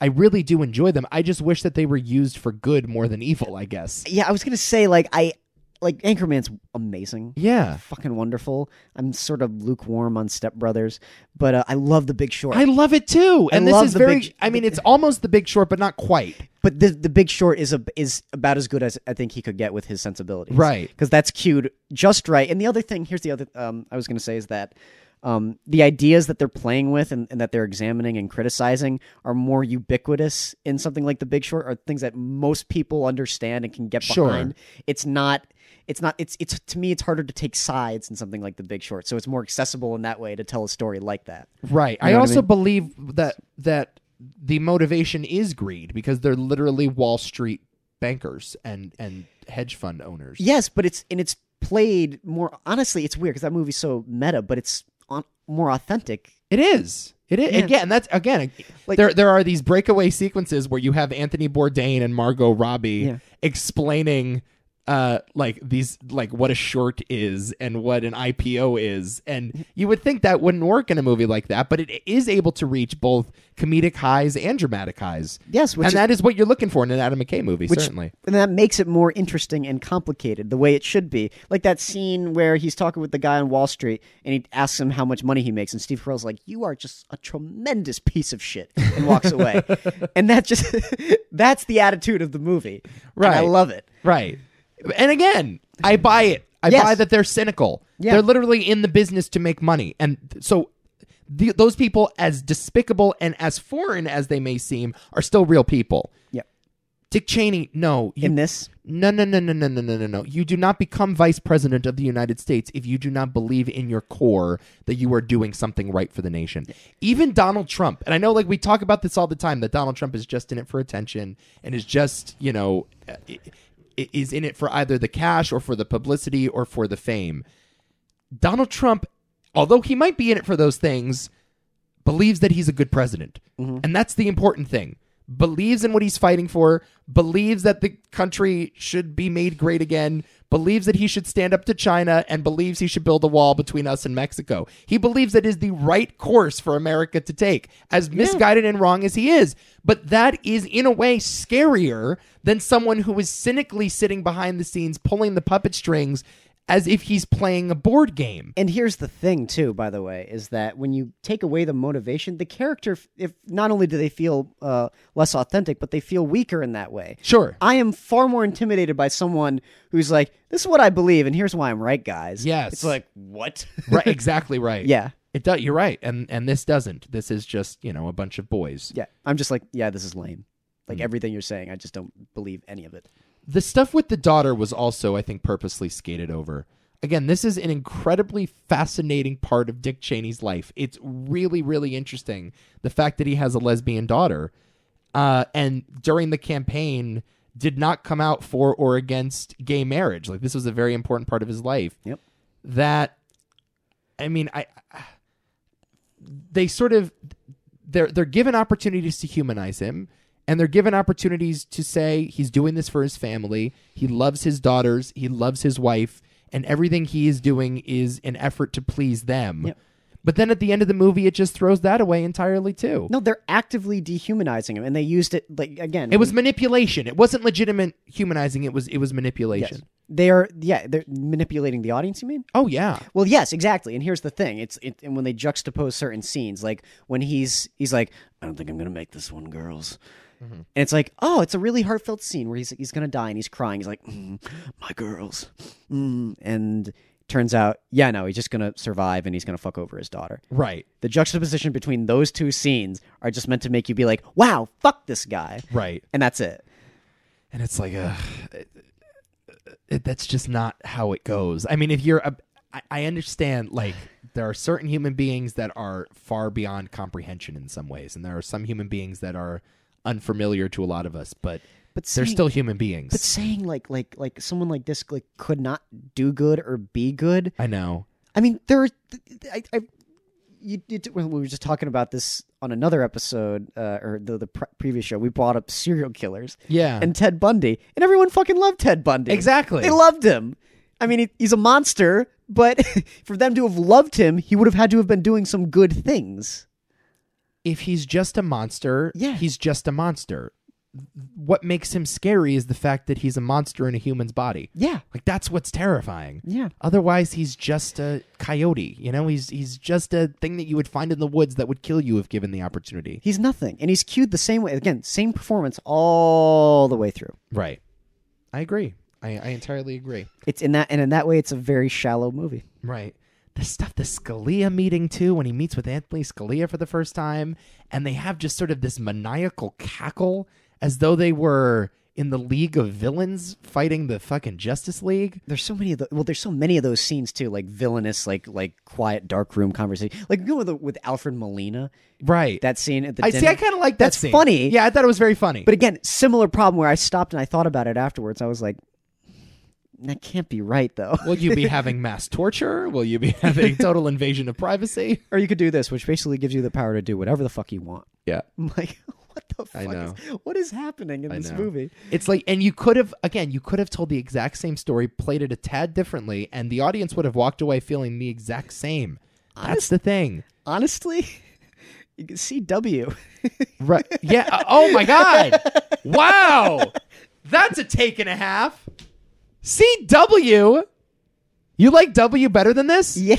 S1: I really do enjoy them. I just wish that they were used for good more than evil. I guess.
S2: Yeah, I was gonna say like I like Anchorman's amazing,
S1: Yeah.
S2: fucking wonderful. I'm sort of lukewarm on Step Brothers, but uh, I love The Big Short.
S1: I love it too, and this
S2: love
S1: is
S2: the
S1: very.
S2: Big-
S1: I mean, it's almost the Big Short, but not quite.
S2: but the the Big Short is a is about as good as I think he could get with his sensibilities,
S1: Right.
S2: Because that's cued just right. And the other thing, here's the other um, I was going to say is that um, the ideas that they're playing with and, and that they're examining and criticizing are more ubiquitous in something like The Big Short, are things that most people understand and can get
S1: Sure.
S2: behind. It's not. It's not. It's it's to me. It's harder to take sides in something like The Big Short, so it's more accessible in that way to tell a story like that.
S1: Right. I
S2: know what I
S1: also
S2: mean?
S1: believe that that the motivation is greed because they're literally Wall Street bankers and and hedge fund owners.
S2: Yes, but it's and it's played more honestly. It's weird because that movie's so meta, but it's on, more authentic.
S1: It is. It is.
S2: Yeah.
S1: Again, that's again.
S2: Like-
S1: there, there are these breakaway sequences where you have Anthony Bourdain and Margot Robbie
S2: Yeah.
S1: explaining, uh, like these, like what a short is and what an IPO is, and you would think that wouldn't work in a movie like that, but it is able to reach both comedic highs and dramatic highs.
S2: Yes, which
S1: and
S2: is-
S1: that is what you're looking for in an Adam McKay movie,
S2: Which-
S1: certainly.
S2: and that makes it more interesting and complicated the way it should be. Like that scene where he's talking with the guy on Wall Street and he asks him how much money he makes, and Steve Carell's like, "You are just a tremendous piece of shit," and walks away. and that just that's the attitude of the movie. And I
S1: Right.
S2: love it.
S1: Right. And again, I buy it. I
S2: Yes.
S1: buy that they're cynical.
S2: Yeah.
S1: They're literally in the business to make money. And th- so the, those people, as despicable and as foreign as they may seem, are still real people.
S2: Yep.
S1: Dick Cheney, no. You,
S2: In this,
S1: no, no, no, no, no, no, no, no, no. You do not become vice president of the United States if you do not believe in your core that you are doing something right for the nation. Even Donald Trump, and I know like we talk about this all the time that Donald Trump is just in it for attention and is just, you know, uh, i- i- is in it for either the cash or for the publicity or for the fame. Donald Trump, although he might be in it for those things, believes that he's a good president. And that's the important thing. Believes in what he's fighting for, believes that the country should be made great again, believes that he should stand up to China, and believes he should build a wall between us and Mexico. He believes that is the right course for America to take, as misguided and wrong as he is. But that is, in a way, scarier than someone who is cynically sitting behind the scenes, pulling the puppet strings as if he's playing a board game.
S2: And here's the thing, too, by the way, is that when you take away the motivation, the character, f- if not only do they feel uh, less authentic, but they feel weaker in that way.
S1: Sure.
S2: I am far more intimidated by someone who's like, "This is what I believe, and here's why I'm right, guys."
S1: Yes.
S2: it's like what?
S1: right exactly right
S2: yeah,
S1: it does you're right and and this doesn't this is just you know a bunch of boys
S2: yeah. I'm just like, yeah, this is lame.
S1: Mm.
S2: Like everything you're saying, I just don't believe any of it.
S1: the stuff with the daughter was also i think purposely skated over again this is an incredibly fascinating part of dick cheney's life it's really really interesting the fact that he has a lesbian daughter uh, and during the campaign did not come out for or against gay marriage like this was a very important part of his life
S2: Yep.
S1: that I mean, I they sort of they're they're given opportunities to humanize him and they're given opportunities to say he's doing this for his family. He loves his daughters, he loves his wife, and everything he is doing is an effort to please them.
S2: Yep.
S1: But then at the end of the movie it just throws that away entirely too.
S2: No, they're actively dehumanizing him, and they used it like again.
S1: It was manipulation. It wasn't legitimate humanizing, it was it was manipulation.
S2: they are yeah, they're manipulating the audience. You mean?
S1: Oh yeah.
S2: Well, yes, exactly. And here's the thing: it's it, and when they juxtapose certain scenes, like when he's he's like, "I don't think I'm gonna make this one, girls," and it's like, oh, it's a really heartfelt scene where he's he's gonna die and he's crying. He's like, mm, "My girls," mm. and turns out, yeah, no, he's just gonna survive and he's gonna fuck over his daughter.
S1: Right.
S2: The juxtaposition between those two scenes are just meant to make you be like, "Wow, fuck this guy,"
S1: Right.
S2: and that's it.
S1: and it's like uh, it- it- that's just not how it goes i mean if you're a, I, I understand like there are certain human beings that are far beyond comprehension in some ways and there are some human beings that are unfamiliar to a lot of us but
S2: But
S1: they're
S2: saying-
S1: still human beings
S2: But saying like like like someone like this like could not do good or be good
S1: i know
S2: I mean, there. Are, I, I, you, you, well, we were just talking about this on another episode uh, or the the pre- previous show, we brought up serial killers
S1: Yeah.
S2: and Ted Bundy, and everyone fucking loved Ted Bundy.
S1: Exactly.
S2: they loved him. I mean, he, he's a monster, but for them to have loved him, he would have had to have been doing some good things.
S1: if he's just a monster,
S2: Yeah.
S1: he's just a monster. What makes him scary is the fact that he's a monster in a human's body.
S2: Yeah,
S1: Like that's what's terrifying.
S2: yeah,
S1: Otherwise, he's just a coyote. You know, he's he's just a thing that you would find in the woods that would kill you if given the opportunity.
S2: he's nothing, and he's cued the same way. Again, same performance all the way through.
S1: Right. I agree. I, I entirely agree.
S2: It's in that, and in that way, it's a very shallow movie.
S1: Right. The stuff, the Scalia meeting too, when he meets with Anthony Scalia for the first time, and they have just sort of this maniacal cackle as though they were in the League of Villains fighting the fucking Justice League.
S2: There's so many of the well, there's so many of those scenes too, like villainous, like like quiet dark room conversation, like you know, with, with Alfred Molina.
S1: Right.
S2: That scene at the
S1: I see.
S2: dinner-
S1: I kind of like that.
S2: That's
S1: scene.
S2: funny.
S1: Yeah, I thought it was very funny.
S2: But again, similar problem where I stopped and I thought about it afterwards. I was like, that can't be right though.
S1: will you be having mass torture? Will you be having total invasion of privacy?
S2: or you could do this, which basically gives you the power to do whatever the fuck you want.
S1: Yeah.
S2: I'm like, what the fuck?
S1: I know.
S2: Is, what is happening in this
S1: know.
S2: movie?
S1: It's like, and you could have, again, you could have told the exact same story, played it a tad differently, and the audience would have walked away feeling the exact same. That's the thing.
S2: Honestly, you can see W.
S1: Right. Yeah. uh, oh my God. Wow. That's a take and a half. CW. You like W better than this?
S2: yeah.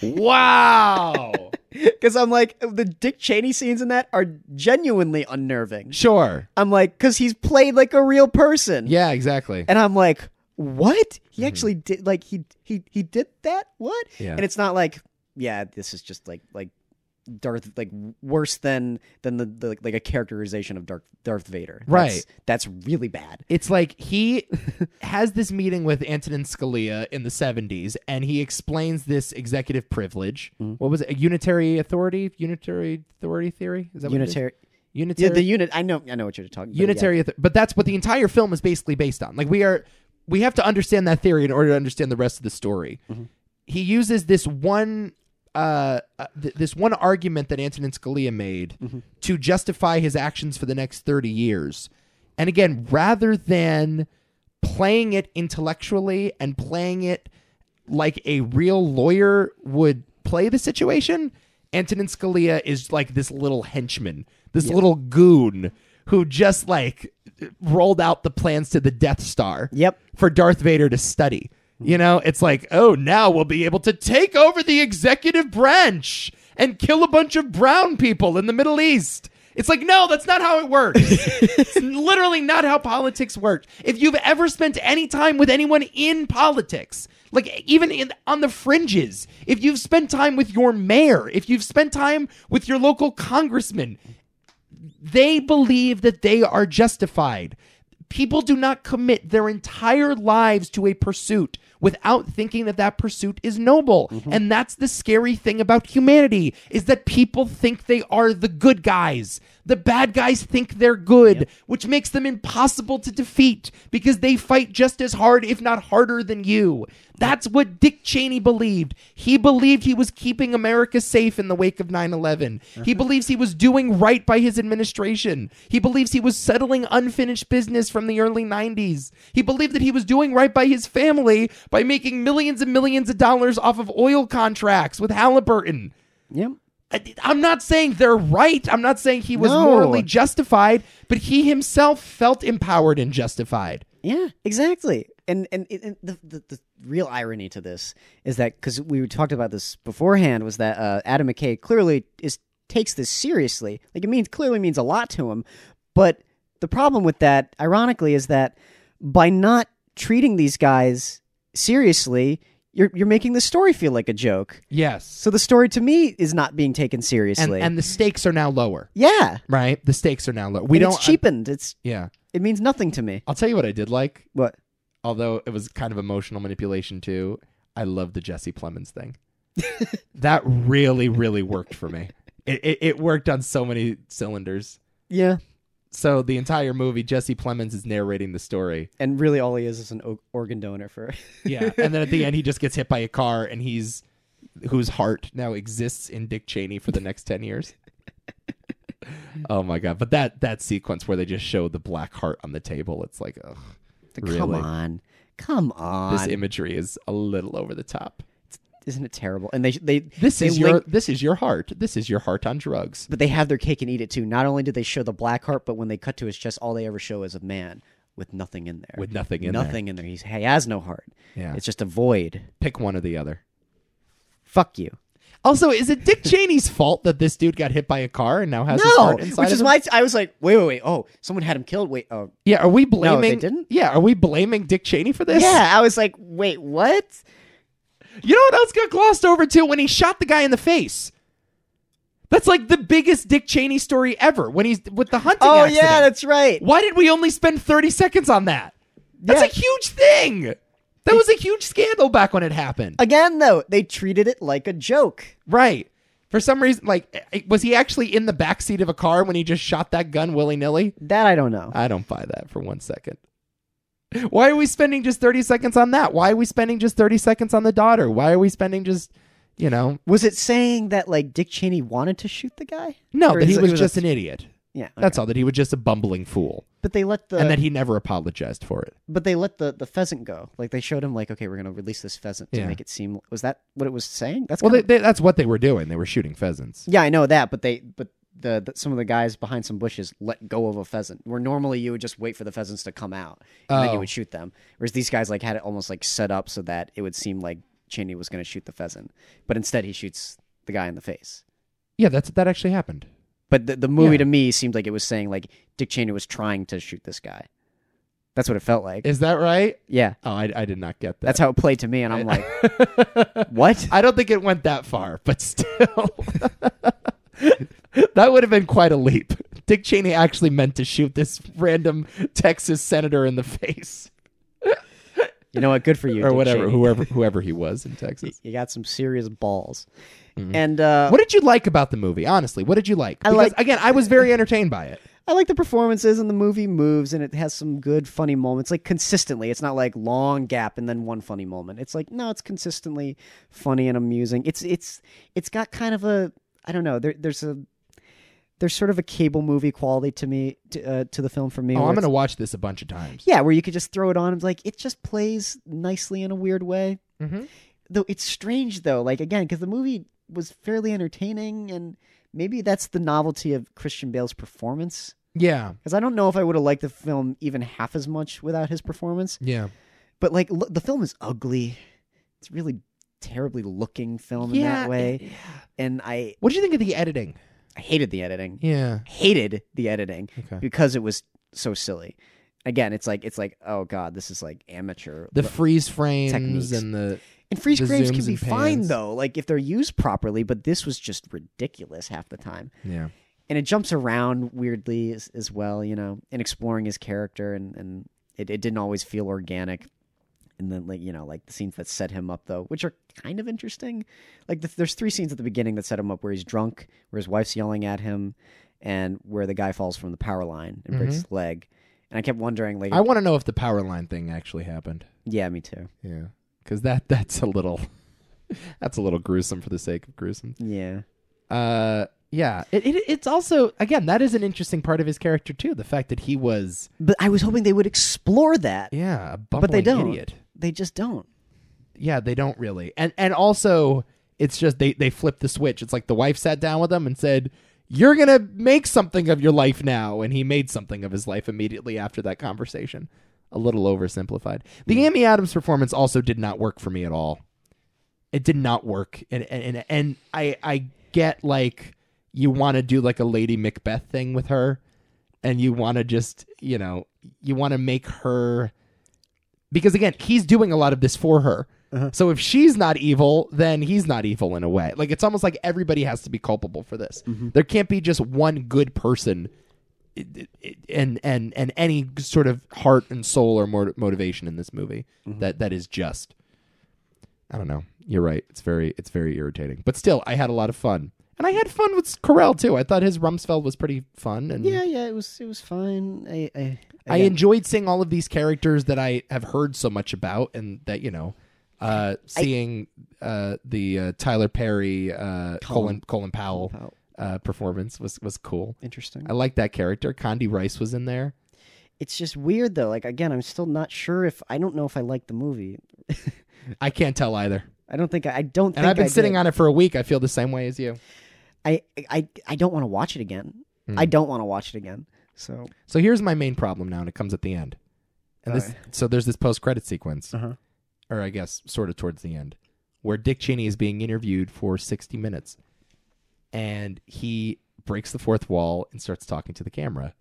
S1: Wow.
S2: Because I'm like, the Dick Cheney scenes in that are genuinely unnerving.
S1: sure.
S2: I'm like, because he's played like a real person.
S1: Yeah, exactly.
S2: and I'm like, what? He actually did like he he he did that? What?
S1: Yeah.
S2: And it's not like yeah, this is just like like Darth like worse than than the, the like a characterization of Darth Darth Vader.
S1: Right.
S2: That's, that's really bad.
S1: It's like he has this meeting with Antonin Scalia in the 70s and he explains this executive privilege.
S2: Hmm.
S1: What was it? A unitary authority? Unitary authority theory? Is that what it is?
S2: Unitary.
S1: Unitary
S2: Yeah, the unit. I know. I know what you're talking. about.
S1: unitary author- but that's what the entire film is basically based on like we are we have to understand that theory in order to understand the rest of the story
S2: Mm-hmm.
S1: he uses this one uh, uh th- this one argument that antonin scalia made to justify his actions for the next 30 years and again rather than playing it intellectually and playing it like a real lawyer would play the situation, Antonin Scalia is like this little henchman, this little goon who just like rolled out the plans to the Death Star
S2: Yep.
S1: for Darth Vader to study. You know, it's like, oh, now we'll be able to take over the executive branch and kill a bunch of brown people in the Middle East. It's like, no, that's not how it works. it's literally not how politics work. If you've ever spent any time with anyone in politics, like even in, on the fringes, if you've spent time with your mayor, if you've spent time with your local congressman, they believe that they are justified. People do not commit their entire lives to a pursuit without thinking that that pursuit is noble. And that's the scary thing about humanity is that people think they are the good guys. The bad guys think they're good, which makes them impossible to defeat because they fight just as hard if not harder than you. That's what Dick Cheney believed. He believed he was keeping America safe in the wake of 9 11. He believes he was doing right by his administration. He believes he was settling unfinished business from the early 90s. He believed that he was doing right by his family by making millions and millions of dollars off of oil contracts with Halliburton.
S2: Yep.
S1: I- I'm not saying they're right. I'm not saying he was
S2: No.
S1: morally justified, but he himself felt empowered and justified.
S2: Yeah, exactly. And and, and the, the the real irony to this is that because we talked about this beforehand was that uh, Adam McKay clearly is takes this seriously. Like it means clearly means a lot to him. But the problem with that, ironically, is that by not treating these guys seriously, you're you're making the story feel like a joke.
S1: Yes.
S2: So the story to me is not being taken
S1: And,
S2: seriously.
S1: and the stakes are now lower,
S2: yeah,
S1: right? The stakes are now lower. We
S2: and
S1: don't uh,
S2: it's cheapened. It's
S1: yeah.
S2: it means nothing to me.
S1: I'll tell you what I did like,
S2: What?
S1: although it was kind of emotional manipulation too. I love the Jesse Plemons thing. that really, really worked for me. It, it, it worked on so many cylinders.
S2: Yeah.
S1: So the entire movie, Jesse Plemons is narrating the story.
S2: And really, all he is is an o- organ donor for.
S1: Yeah, and then at the end, he just gets hit by a car, and he's whose heart now exists in Dick Cheney for the next ten years. Oh my god! But that that sequence where they just show the black heart on the table, it's like, ugh, really?
S2: Come on, come on.
S1: This imagery is a little over the top.
S2: Isn't it terrible? And they they
S1: This
S2: they
S1: is
S2: link-
S1: your this is your heart. This is your heart on drugs.
S2: but they have their cake and eat it too. Not only did they show the black heart, but when they cut to his chest, all they ever show is a man with nothing in there.
S1: With nothing in there.
S2: nothing in there. He's, he has no heart.
S1: Yeah.
S2: It's just a void.
S1: Pick one or the other.
S2: Fuck you.
S1: Also, is it Dick Cheney's fault that this dude got hit by a car and now has his
S2: No,
S1: heart inside
S2: which
S1: of
S2: is
S1: him?
S2: why I was like, wait, wait, wait. Oh, someone had him killed. Wait, oh,
S1: Yeah, are we
S2: No,
S1: blaming?
S2: they didn't?
S1: Yeah, are we blaming Dick Cheney for this?
S2: yeah. I was like, wait, what?
S1: You know what else got glossed over too? When he shot the guy in the face. That's like the biggest Dick Cheney story ever. When he's with the hunting.
S2: Oh
S1: accident.
S2: yeah, that's right.
S1: Why did we only spend 30 seconds on that? That's
S2: Yeah.
S1: a huge thing. That was a huge scandal back when it happened.
S2: Again, though, they treated it like a joke.
S1: right. For some reason, like, eh, was he actually in the backseat of a car when he just shot that gun willy nilly?
S2: That I don't know.
S1: I don't buy that for one second. Why are we spending just 30 seconds on that? Why are we spending just 30 seconds on the daughter? Why are we spending just, you know,
S2: Was it saying that like Dick Cheney wanted to shoot the guy?
S1: no,
S2: Or
S1: that
S2: is
S1: he
S2: it-
S1: was
S2: it
S1: just
S2: a-
S1: an idiot.
S2: yeah. okay.
S1: That's all, that he was just a bumbling fool
S2: But they let the
S1: and that he never apologized for it.
S2: but they let the the pheasant go. Like they showed him like okay, we're gonna release this pheasant to
S1: Yeah.
S2: make it seem. Was that what it was saying? That's
S1: Well,
S2: kinda-
S1: they, they, that's what they were doing. They were shooting pheasants.
S2: yeah, I know that, but they but. The, the, some of the guys behind some bushes let go of a pheasant, where normally you would just wait for the pheasants to come out and then
S1: Oh.
S2: you would shoot them. Whereas these guys like had it almost like set up so that it would seem like Cheney was going to shoot the pheasant, but instead he shoots the guy in the face.
S1: Yeah, that's that actually happened.
S2: But the, the movie
S1: Yeah.
S2: to me seemed like it was saying like Dick Cheney was trying to shoot this guy. That's what it felt like.
S1: Is that right?
S2: yeah,
S1: Oh, I, I did not get that.
S2: that's how it played to me, and I'm like, what?
S1: I don't think it went that far, but still. that would have been quite a leap. Dick Cheney actually meant to shoot this random Texas senator in the face
S2: You know what? Good for you,
S1: or
S2: Dick
S1: whatever,
S2: Cheney.
S1: whoever whoever he was in Texas.
S2: You got some serious balls.
S1: Mm-hmm.
S2: And uh,
S1: What did you like about the movie? Honestly, what did you like?
S2: I
S1: Because
S2: like-
S1: again, I was very entertained by it.
S2: I like the performances, and the movie moves, and it has some good funny moments. Like consistently, it's not like long gap and then one funny moment. It's like no, it's consistently funny and amusing. It's it's it's got kind of a I don't know. There, there's a there's sort of a cable movie quality to me to, uh, to the film for me.
S1: Oh,
S2: where
S1: I'm
S2: it's-
S1: going to watch this a bunch of times.
S2: Yeah, where you could just throw it on. and Like it just plays nicely in a weird way.
S1: Mhm.
S2: Though it's strange though. Like again, because the movie was fairly entertaining, and maybe that's the novelty of Christian Bale's performance.
S1: Yeah.
S2: Because I don't know if I would have liked the film even half as much without his performance.
S1: Yeah.
S2: But like look, the film is ugly. It's really terribly looking film in that way, and I
S1: What did you think of the editing?
S2: I hated the editing.
S1: Yeah.
S2: Hated the editing
S1: Okay.
S2: because it was so silly. Again, it's like it's like oh god, this is like amateur.
S1: The freeze frames
S2: Techniques.
S1: and the
S2: And freeze
S1: the
S2: frames
S1: zooms
S2: can be
S1: and
S2: fine
S1: pans.
S2: though, like if they're used properly. But this was just ridiculous half the time,
S1: yeah.
S2: and it jumps around weirdly as, as well, you know, and exploring his character, and and it, it didn't always feel organic. And then like you know, like the scenes that set him up though, which are kind of interesting. Like the, there's three scenes at the beginning that set him up where he's drunk, where his wife's yelling at him, and where the guy falls from the power line and breaks his leg. And Mm-hmm. I kept wondering, like,
S1: I want to know if the power line thing actually happened.
S2: yeah, me too.
S1: Yeah, because that that's a little that's a little gruesome for the sake of gruesome.
S2: Yeah,
S1: Uh, yeah. It, it it's also again that is an interesting part of his character too. The fact that he was
S2: but I was hoping they would explore that.
S1: yeah a bumbling
S2: but they don't.
S1: idiot.
S2: They just don't.
S1: Yeah, they don't really. And and also it's just they they flip the switch. It's like the wife sat down with him and said. You're gonna make something of your life now, and he made something of his life immediately after that conversation. A little oversimplified. The Amy Adams performance also did not work for me at all. it did not work and and and, and i i get like you want to do like a lady macbeth thing with her and you want to just you know you want to make her because again he's doing a lot of this for her so if she's not evil then he's not evil in a way like it's almost like everybody has to be culpable for this there can't be just one good person it- it- and and and any sort of heart and soul or mot- motivation in this movie that that is just I don't know. You're right. It's very it's very irritating. But still, I had a lot of fun. And I had fun with Carell too. I thought his Rumsfeld was pretty fun and
S2: Yeah, yeah, it was it was fine. I I,
S1: I enjoyed seeing all of these characters that I have heard so much about and that, you know, uh, seeing uh, the uh, Tyler Perry, uh, Colin Colin Powell,
S2: Powell.
S1: uh, performance was was cool.
S2: Interesting.
S1: I like that character. Condi Rice was in there.
S2: It's just weird though. Like again, I'm still not sure if I don't know if I like the movie.
S1: I can't tell either.
S2: I don't think I, I don't.
S1: And
S2: think
S1: I've been
S2: I
S1: sitting
S2: did.
S1: on it for a week. I feel the same way as you.
S2: I I I don't want to watch it again.
S1: Mm.
S2: I don't want to watch it again. So
S1: So here's my main problem now, and it comes at the end. And this,
S2: Okay.
S1: so there's this post-credit sequence,
S2: Uh-huh.
S1: or I guess sort of towards the end, where Dick Cheney is being interviewed for 60 minutes, and he breaks the fourth wall and starts talking to the camera,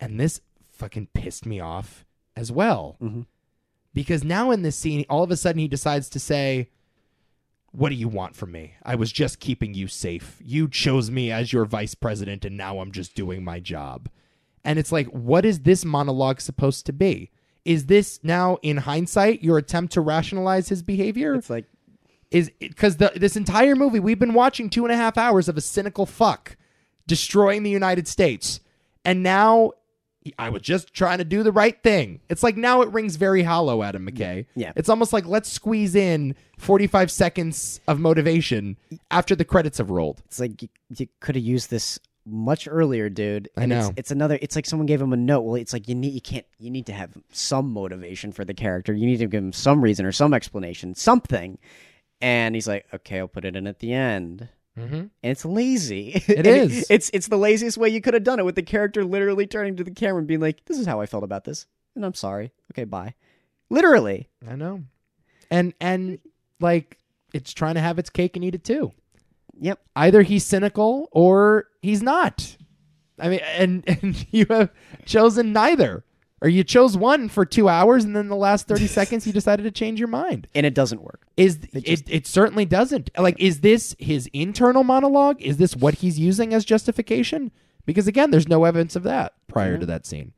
S1: and this fucking pissed me off as well,
S2: Mhm.
S1: because now in this scene, all of a sudden he decides to say. What do you want from me? I was just keeping you safe. You chose me as your vice president, and now I'm just doing my job. And it's like, what is this monologue supposed to be? Is this now, in hindsight, your attempt to rationalize his behavior?
S2: it's like
S1: Is because this entire movie we've been watching two and a half hours of a cynical fuck destroying the United States, and now I was just trying to do the right thing. It's like now it rings very hollow, Adam McKay.
S2: Yeah.
S1: it's almost like let's squeeze in forty-five seconds of motivation after the credits have rolled.
S2: it's like you, you could have used this much earlier, dude.
S1: I
S2: And
S1: know.
S2: It's, it's another. It's like someone gave him a note. Well, it's like you need you can't you need to have some motivation for the character. You need to give him some reason or some explanation, something. And he's like, okay, I'll put it in at the end.
S1: Mm-hmm.
S2: And it's lazy.
S1: It
S2: It
S1: is.
S2: It's it's the laziest way you could have done it with the character literally turning to the camera and being like, "This is how I felt about this, and I'm sorry. Okay, bye." Literally.
S1: I know. And and like it's trying to have its cake and eat it too.
S2: Yep.
S1: Either he's cynical or he's not. I mean and and you have chosen neither. Or you chose one for 2 hours and then the last 30 seconds you decided to change your mind.
S2: And it doesn't work.
S1: Is it, it certainly doesn't. Like is this his internal monologue? Is this what he's using as justification? Because again, there's no evidence of that prior to that scene.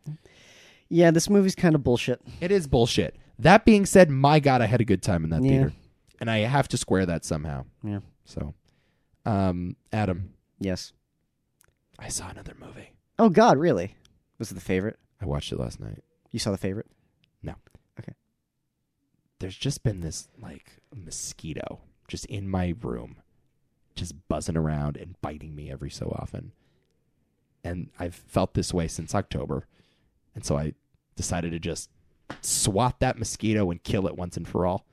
S2: Yeah, this movie's kind of bullshit.
S1: It is bullshit. That being said, my God, I had a good time in that
S2: Yeah.
S1: theater, and I have to square that somehow.
S2: Yeah.
S1: So, um, Adam,
S2: Yes.
S1: I saw another movie.
S2: Oh God, really? Was it the favorite?
S1: I watched it last night.
S2: You saw the favorite?
S1: There's just been this like mosquito just in my room, just buzzing around and biting me every so often, and I've felt this way since October, and so I decided to just swat that mosquito and kill it once and for all.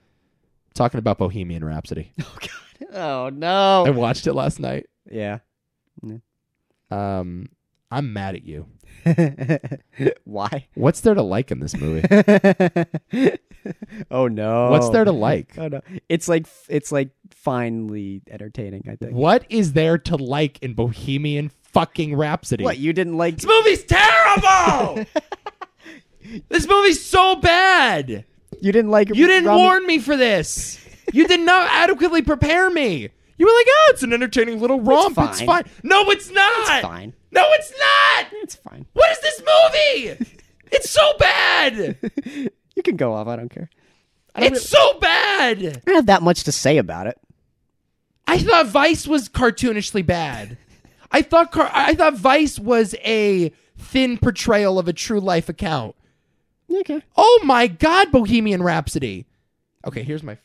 S1: Talking about Bohemian Rhapsody,
S2: Oh God. Oh
S1: I
S2: no.
S1: watched it last night.
S2: Yeah.
S1: Um, I'm mad at you.
S2: Why?
S1: What's there to like in this movie?
S2: oh no.
S1: What's there to like?
S2: Oh no. It's like it's like finely entertaining. I think.
S1: What is there to like in Bohemian fucking Rhapsody?
S2: What you didn't like?
S1: This movie's terrible. this movie's so bad.
S2: You didn't like?
S1: You didn't
S2: Rami-
S1: warn me for this. You did not adequately prepare me. You were like, "Oh, it's an entertaining little romp. It's fine."
S2: fine.
S1: No, it's not.
S2: It's fine.
S1: No, it's not.
S2: It's fine.
S1: What is this movie? It's so bad.
S2: You can go off. I don't care.
S1: It's so bad.
S2: I don't have that much to say about it.
S1: I thought Vice was cartoonishly bad. I thought car- I thought Vice was a thin portrayal of a true life account.
S2: Okay.
S1: Oh my God, Bohemian Rhapsody. Okay, here's my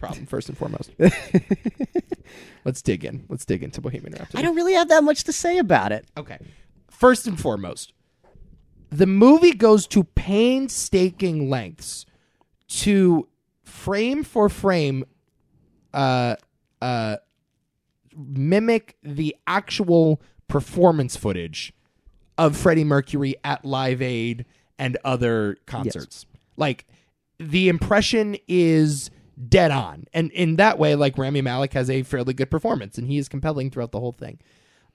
S1: problem first and foremost. Let's dig in. Let's dig into Bohemian Rhapsody.
S2: I don't really have that much to say about it.
S1: Okay. First and foremost, the movie goes to painstaking lengths to frame for frame uh uh mimic the actual performance footage of Freddie Mercury at Live Aid and other concerts. Like the impression is dead on. And in that way, like Rami Malik has a fairly good performance and he is compelling throughout the whole thing.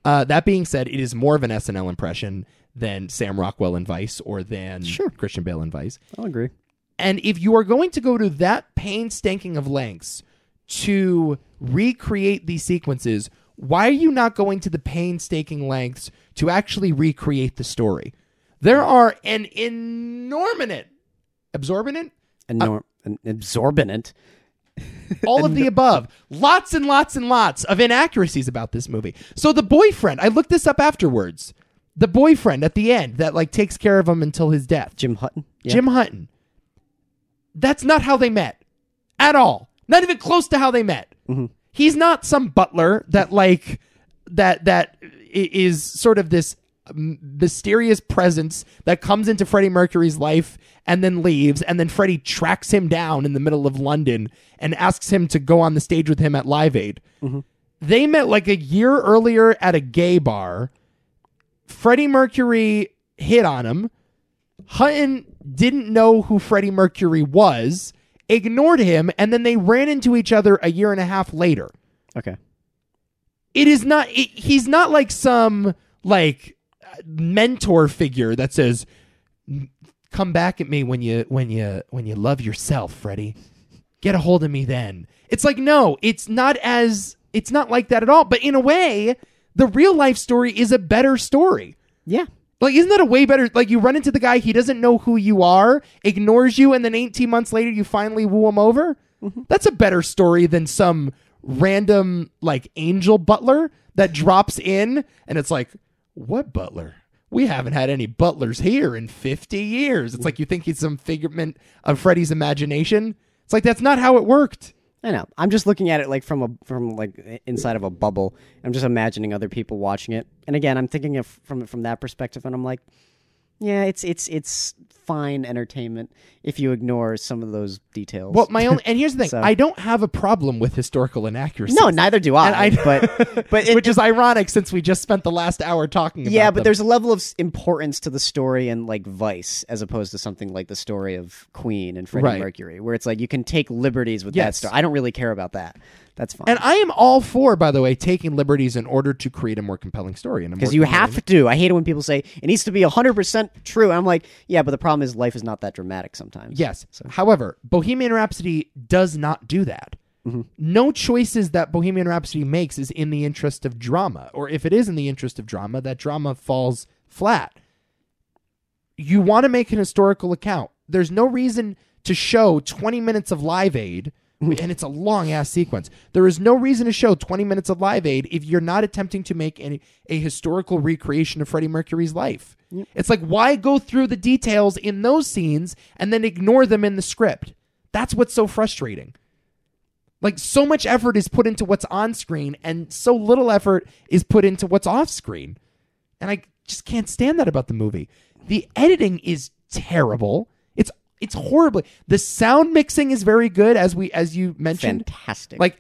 S1: Uh, that being said, it is more of an SNL impression than Sam Rockwell in Vice or than
S2: Sure.
S1: Christian Bale in Vice.
S2: I'll agree.
S1: And if you are going to go to that painstaking of lengths to recreate these sequences, why are you not going to the painstaking lengths to actually recreate the story? There are an inordinate, absorbent,
S2: Enor- an absorbent.
S1: all of the above, lots and lots and lots of inaccuracies about this movie. So the boyfriend, I looked this up afterwards. The boyfriend at the end that like takes care of him until his death.
S2: Jim Hutton. Yeah.
S1: Jim Hutton. That's not how they met at all. Not even close to how they met. He's not some butler that like that that i- is sort of this m- mysterious presence that comes into Freddie Mercury's life and then leaves and then Freddie tracks him down in the middle of London and asks him to go on the stage with him at Live Aid. They met like a year earlier at a gay bar. Freddie Mercury hit on him. Hutton didn't know who Freddie Mercury was, ignored him, and then they ran into each other a year and a half later
S2: Okay.
S1: it is not it, he's not like some like mentor figure that says come back at me when you when you when you love yourself freddie get a hold of me then it's like no it's not as it's not like that at all but in a way the real life story is a better story
S2: Yeah.
S1: like, isn't that a way better? Like, you run into the guy, he doesn't know who you are, ignores you, and then 18 months later, you finally woo him over?
S2: Mm-hmm.
S1: That's a better story than some random, like, angel butler that drops in and it's like, what butler? We haven't had any butlers here in 50 years. It's like you think he's some figment of Freddy's imagination. It's like, that's not how it worked.
S2: I know. I'm just looking at it like from a from like i- inside of a bubble. I'm just imagining other people watching it. And again, I'm thinking of from from that perspective and I'm like, yeah, it's it's it's fine entertainment if you ignore some of those details.
S1: Well, my own, and here's the thing
S2: So-
S1: I don't have a problem with historical inaccuracy.
S2: no, neither do I.
S1: And I-
S2: but but it,
S1: Which is ironic since we just spent the last hour talking about
S2: yeah, but
S1: them.
S2: there's a level of s- importance to the story and like Vice as opposed to something like the story of Queen and Freddie
S1: Right.
S2: Mercury, where it's like you can take liberties with that
S1: Yes.
S2: story. I don't really care about that. That's fine.
S1: And I am all for, by the way, taking liberties in order to create a more compelling story. and a more
S2: Because you
S1: compelling-
S2: have to. I hate it when people say it needs to be 100% true. I'm like, yeah, but the problem is life is not that dramatic sometimes.
S1: Yes. However, Bohemian Rhapsody does not do that.
S2: Mm-hmm.
S1: No choices that Bohemian Rhapsody makes is in the interest of drama, or if it is in the interest of drama, that drama falls flat. You want to make an historical account. There's no reason to show 20 minutes of Live Aid, and it's a long ass sequence. There is no reason to show 20 minutes of Live Aid if you're not attempting to make any, a historical recreation of Freddie Mercury's life. It's like, why go through the details in those scenes and then ignore them in the script? That's what's so frustrating. Like, so much effort is put into what's on screen, and so little effort is put into what's off screen. And I just can't stand that about the movie. The editing is terrible. It's it's horribly. The sound mixing is very good, as we as you mentioned.
S2: Fantastic.
S1: Like,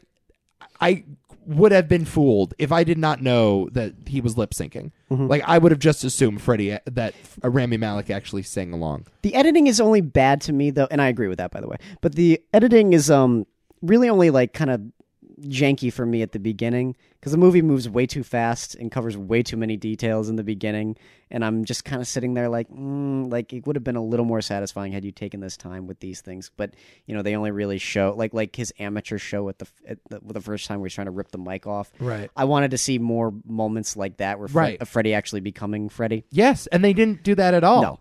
S1: I would have been fooled if I did not know that he was lip syncing.
S2: Mm-hmm.
S1: Like, I would have just assumed Freddie that uh, Rami Malik actually sang along.
S2: the editing is only bad to me, though. And I agree with that, by the way. But the editing is um really only like kind of janky for me at the beginning because the movie moves way too fast and covers way too many details in the beginning. And I'm just kind of sitting there like, mm, like it would have been a little more satisfying had you taken this time with these things. But, you know, they only really show like like his amateur show at the, f- at the, the first time where he's trying to rip the mic off.
S1: Right.
S2: I wanted to see more moments like that where Fre-
S1: Right.
S2: uh, Freddy actually becoming Freddy.
S1: Yes, and they didn't do that at all.
S2: No,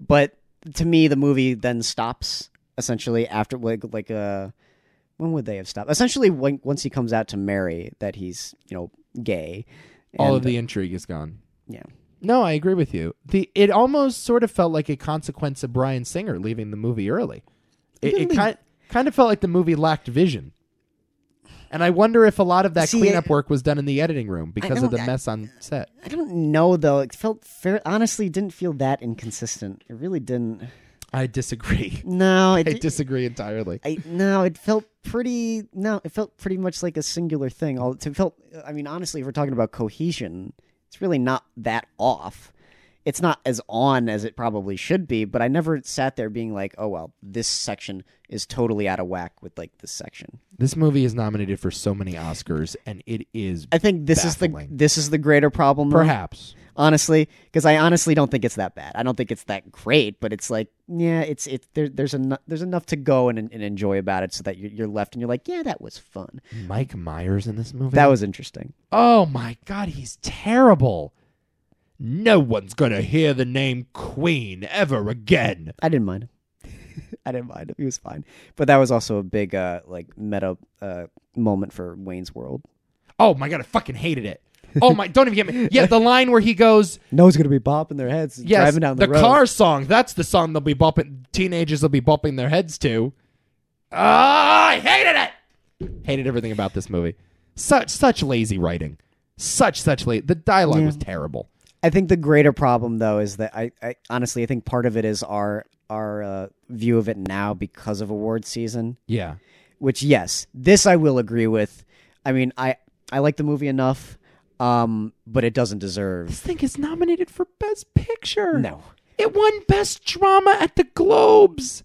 S2: but to me, the movie then stops essentially after like like uh, when would they have stopped? Essentially, when, once he comes out to Mary that he's you know gay.
S1: all of
S2: And,
S1: the intrigue is gone.
S2: yeah.
S1: No, I agree with you. The it almost sort of felt like a consequence of Brian Singer leaving the movie early. It, it
S2: Really?
S1: kind kind of felt like the movie lacked vision. And I wonder if a lot of that
S2: See,
S1: cleanup
S2: I-
S1: work was done in the editing room because of
S2: don't-
S1: the
S2: I-
S1: mess on set.
S2: I don't know though. It felt fair. Honestly, it didn't feel that inconsistent. It really didn't.
S1: I disagree.
S2: No, it
S1: I
S2: di-
S1: disagree entirely.
S2: I no, it felt pretty. No, it felt pretty much like a singular thing. All it felt. I mean, honestly, if we're talking about cohesion, it's really not that off. It's not as on as it probably should be. But I never sat there being like, oh well, this section is totally out of whack with like this section.
S1: This movie is nominated for so many Oscars, and it is
S2: I think this is the
S1: Baffling.
S2: this is the greater problem. though,
S1: perhaps
S2: honestly, because I honestly don't think it's that bad. I don't think it's that great, but it's like, yeah, it's it. There, there's enough there's enough to go and, and enjoy about it, so that you're, you're left and you're like, yeah, that was fun.
S1: Mike Myers in this movie.
S2: That was interesting.
S1: Oh my god, he's terrible. No one's gonna hear the name Queen ever again.
S2: I didn't mind him. I didn't mind him. He was fine. But that was also a big uh like meta uh moment for Wayne's World.
S1: Oh my god, I fucking hated it. Oh my, don't even get me. Yeah, the line where he goes,
S2: No one's gonna be bopping their heads
S1: "Yes,
S2: driving down the, road.
S1: car song. That's the song they'll be bumping. Teenagers will be bumping their heads to." Ah, I hated it. Hated everything about this movie. Such such lazy writing. such such late. The dialogue was terrible.
S2: I think the greater problem, though, is that I, I honestly I think part of it is our our uh, view of it now because of award season.
S1: Yeah.
S2: Which, yes, this I will agree with. I mean, I I like the movie enough, um, but it doesn't
S1: This
S2: deserve
S1: thing is nominated for Best Picture.
S2: no.
S1: It won Best Drama at the Globes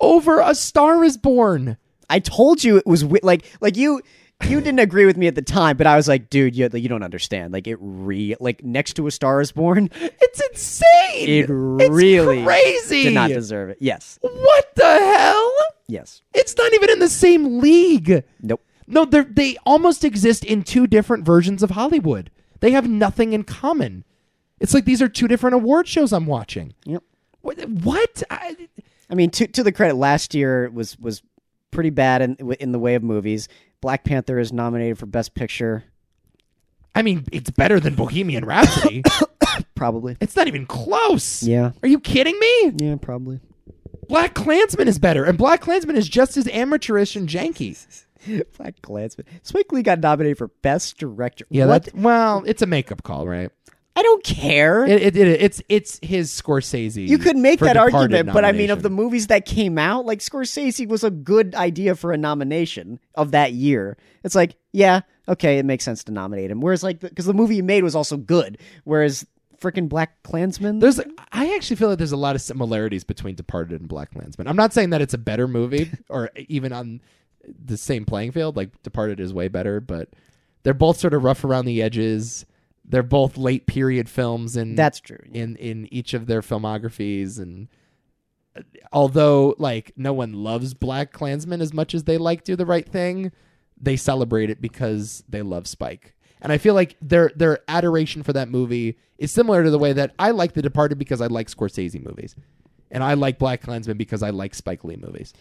S1: over A Star Is Born.
S2: I told you it was wi- like like you you didn't agree with me at the time, but I was like, dude, you like, you don't understand. Like it re like next to a Star is Born,
S1: It's insane.
S2: it
S1: It's
S2: really
S1: crazy.
S2: did not deserve it. Yes,
S1: what the hell?
S2: yes,
S1: It's not even in the same league.
S2: nope.
S1: No, they they almost exist in two different versions of Hollywood. They have nothing in common. It's like these are two different award shows I'm watching.
S2: Yep.
S1: What? what? I,
S2: I mean, to to the credit, last year was was pretty bad in in the way of movies. Black Panther is nominated for Best Picture,
S1: I mean, it's better than Bohemian Rhapsody.
S2: probably.
S1: it's not even close.
S2: Yeah,
S1: Are you kidding me?
S2: yeah, probably.
S1: Black Klansman is better, and Black Klansman is just as amateurish and janky.
S2: Black Klansman. Spike Lee got nominated for Best Director.
S1: Yeah,
S2: what?
S1: that well, it's a makeup call, right?
S2: I don't care.
S1: It, it, it- it's it's his Scorsese.
S2: You could make
S1: for
S2: that
S1: Departed
S2: argument, but I mean, of
S1: nomination.
S2: the movies that came out, like Scorsese was a good idea for a nomination of that year. It's like, yeah, okay, it makes sense to nominate him. Whereas, like, because the, movie he made was also good. Whereas, freaking Black Klansman,
S1: There's, I actually feel like there's a lot of similarities between Departed and Black Landsman. I'm not saying that it's a better movie or even on the same playing field. Like Departed is way better, but they're both sort of rough around the edges. They're both late period films, and
S2: that's true.
S1: in in each of their filmographies. And uh, although like no one loves Black Klansman as much as they like Do the Right Thing, they celebrate it because they love Spike. And I feel like their their adoration for that movie is similar to the way that I like The Departed because I like Scorsese movies, and I like Black Klansman because I like Spike Lee movies.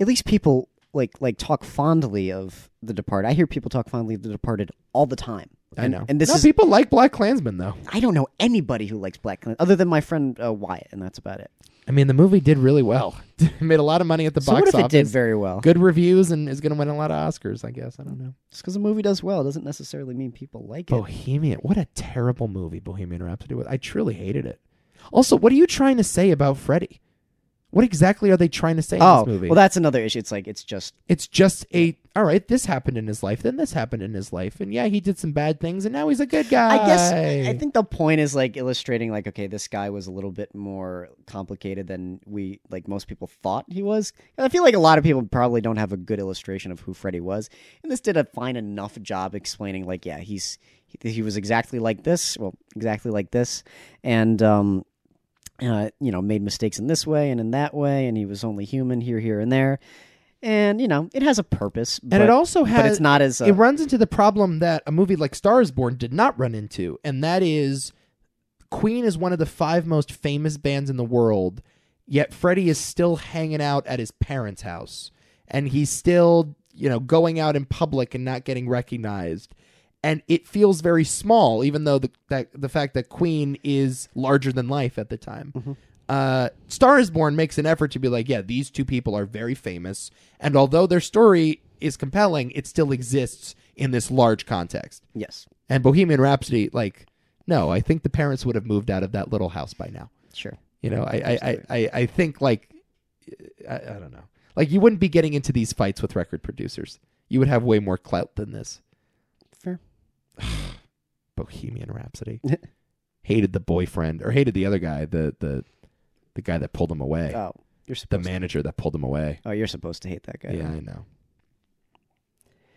S2: At least people like like talk fondly of The Departed. I hear people talk fondly of The Departed all the time.
S1: I
S2: And-
S1: know,
S2: and this
S1: No,
S2: is
S1: people like Black Klansman though.
S2: I don't know anybody who likes Black Klansman other than my friend uh, Wyatt, and that's about it.
S1: I mean, the movie did really well. it made a lot of money at the
S2: So
S1: box
S2: what if
S1: office.
S2: it did very well?
S1: Good reviews and is going to win a lot of Oscars. I guess I don't know.
S2: Just because a movie does well doesn't necessarily mean people like it.
S1: Bohemian. What a terrible movie Bohemian Rhapsody was. I truly hated it. Also, what are you trying to say about Freddie? What exactly are they trying to say in this movie?
S2: Oh, well, that's another issue. It's like it's just
S1: it's just a all right, this happened in his life, then this happened in his life, and yeah, he did some bad things and now he's a good guy.
S2: I guess I I think the point is like illustrating like okay, this guy was a little bit more complicated than we like most people thought he was. And I feel like a lot of people probably don't have a good illustration of who Freddy was, and this did a fine enough job explaining like yeah, he's he, he was exactly like this, well, exactly like this, and um, uh, you know, made mistakes in this way and in that way, and he was only human here, here, and there, and you know, it has a purpose, but,
S1: and it also has
S2: but it's not as uh,
S1: it runs into the problem that a movie like Star is Born did not run into, and that is Queen is one of the five most famous bands in the world, yet Freddie is still hanging out at his parents' house. And he's still, you know, going out in public and not getting recognized. And it feels very small, even though the that, the fact that Queen is larger than life at the time. Uh, Star is Born makes an effort to be like, yeah, these two people are very famous, and although their story is compelling, it still exists in this large context.
S2: yes,
S1: And Bohemian Rhapsody, like, no, I think the parents would have moved out of that little house by now.
S2: sure.
S1: You know, I, I, I, I, I think like, I, I don't know, like you wouldn't be getting into these fights with record producers. You would have way more clout than this.
S2: Fair.
S1: Bohemian Rhapsody hated the boyfriend or hated the other guy, the the the guy that pulled him away,
S2: Oh, you're
S1: the
S2: supposed to-
S1: manager that pulled him away.
S2: Oh, you're supposed to hate that guy.
S1: Yeah, I know.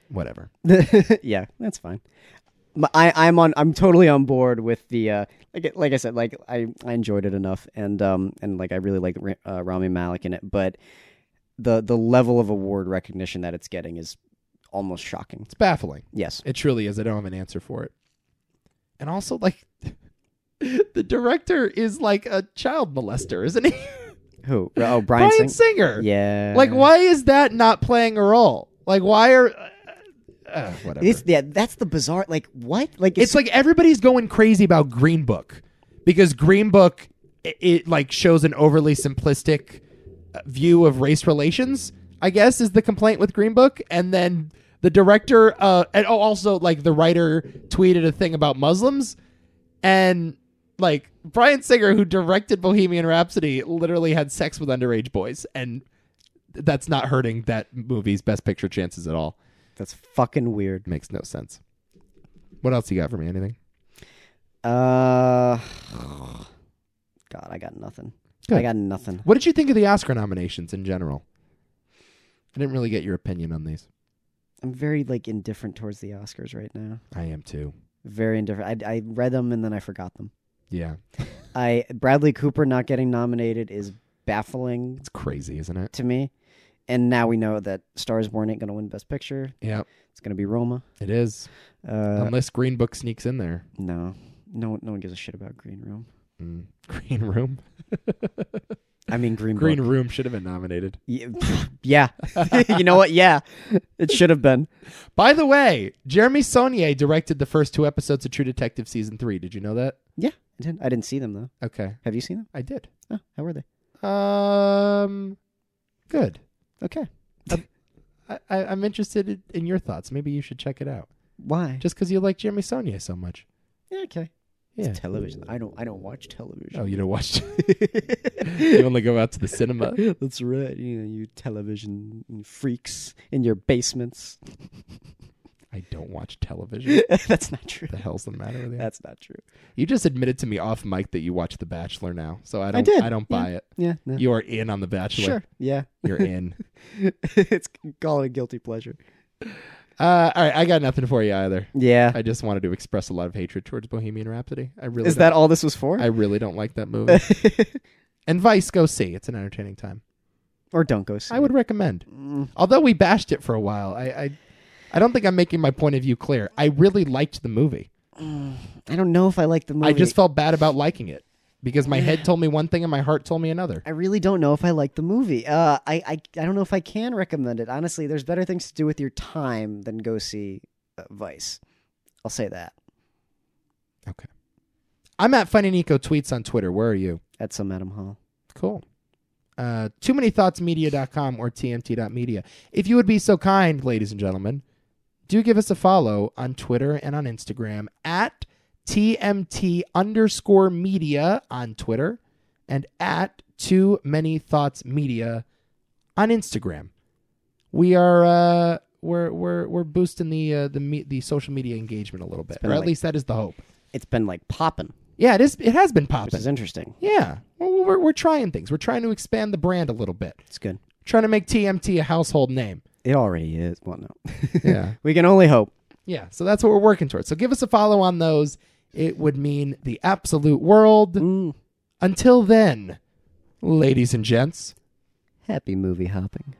S1: Whatever.
S2: Yeah, that's fine. M- I I'm on I'm totally on board with the uh, like I- like I said like I, I enjoyed it enough and um and like I really like Ra- uh, Rami Malik in it, but the the level of award recognition that it's getting is almost shocking.
S1: It's baffling.
S2: Yes,
S1: It truly is. I don't have an answer for it. And also, like, the director is like a child molester, isn't he?
S2: who? Oh, Brian,
S1: Brian,
S2: Sing-
S1: Singer.
S2: Yeah,
S1: Like, why is that not playing a role? Like, why are. Uh, uh, whatever.
S2: This, yeah, that's the bizarre. Like what? Like
S1: it's like everybody's going crazy about Green Book because Green Book it, it like shows an overly simplistic uh, view of race relations. I guess is the complaint with Green Book, and then The director, uh, and oh, also like the writer tweeted a thing about Muslims, and like Brian Singer, who directed Bohemian Rhapsody, literally had sex with underage boys, and that's not hurting that movie's Best Picture chances at all.
S2: That's fucking weird.
S1: Makes no sense. What else you got for me? Anything?
S2: Uh, God, I got nothing. I
S1: Good.
S2: got nothing.
S1: What did you think of the Oscar nominations in general? I didn't really get your opinion on these.
S2: I'm very like indifferent towards the Oscars right now.
S1: I am too.
S2: Very indifferent. I, I read them and then I forgot them.
S1: Yeah,
S2: I Bradley Cooper not getting nominated is baffling
S1: it's crazy, isn't it?
S2: to me. And now we know that Stars Born ain't gonna win Best Picture.
S1: Yeah,
S2: It's gonna be Roma.
S1: it is.
S2: Uh,
S1: Unless Green Book sneaks in there.
S2: no, no, no one gives a shit about Green Room.
S1: Mm. Green Room.
S2: I mean Green
S1: Green
S2: Book.
S1: Room should have been nominated.
S2: Y- Yeah, you know what? Yeah, it should have been.
S1: By the way, Jeremy Saulnier directed the first two episodes of True Detective season three. Did you know that?
S2: Yeah, I didn't. I didn't see them though.
S1: Okay,
S2: Have you seen them?
S1: I did.
S2: Oh, how were they?
S1: Um, good.
S2: Okay.
S1: I, I, I'm interested in- in your thoughts. Maybe you should check it out.
S2: Why?
S1: Just because you like Jeremy Saulnier so much.
S2: yeah, okay.
S1: Yeah.
S2: Television. I don't. I don't watch television.
S1: Oh, you don't watch. you only go out to the cinema.
S2: That's right. You know, you television freaks in your basements.
S1: I don't watch television.
S2: That's not true.
S1: the hell's the matter with you?
S2: That's not true.
S1: You just admitted to me off mic that you watch The Bachelor now, so I don't. I,
S2: did,
S1: don't
S2: yeah.
S1: buy it.
S2: Yeah. No.
S1: You are in on The Bachelor.
S2: sure. Yeah.
S1: You're in.
S2: it's call it a guilty pleasure.
S1: uh, all right, I got nothing for you either.
S2: Yeah.
S1: I just wanted to express a lot of hatred towards Bohemian Rhapsody. I really
S2: Is
S1: don't-
S2: that all this was for?
S1: I really don't like that movie. and Vice, go see. It's an entertaining time.
S2: or don't go see.
S1: I would recommend.
S2: Mm.
S1: Although we bashed it for a while, I, I, I don't think I'm making my point of view clear. I really liked the movie.
S2: I don't know if I like the movie.
S1: I just felt bad about liking it because my head told me one thing and my heart told me another.
S2: I really don't know if I like the movie. Uh, I, I I don't know if I can recommend it. Honestly, there's better things to do with your time than go see uh, Vice. I'll say that.
S1: I'm at Fun and Eco Tweets on Twitter. Where are you?
S2: That's some Adam Hall.
S1: Cool. Uh, too many thoughts media.com or tmt.media. If you would be so kind, ladies and gentlemen, do give us a follow on Twitter and on Instagram at tmt underscore media on Twitter and at too many thoughts media on Instagram. We are uh, we're we're we're boosting the uh, the me- the social media engagement a little bit,
S2: been
S1: or at
S2: like-
S1: least that is the hope.
S2: It's been like popping,
S1: Yeah, it is. It has been
S2: which
S1: popping.
S2: is interesting.
S1: Yeah, well, we're we're trying things. We're trying to expand the brand a little bit.
S2: It's good.
S1: Trying to make TMT a household name.
S2: It already is. Well, no.
S1: Yeah,
S2: we can only hope.
S1: yeah. So that's what we're working towards. So give us a follow on those. It would mean the absolute world.
S2: Mm.
S1: Until then, ladies and gents.
S2: Happy movie hopping.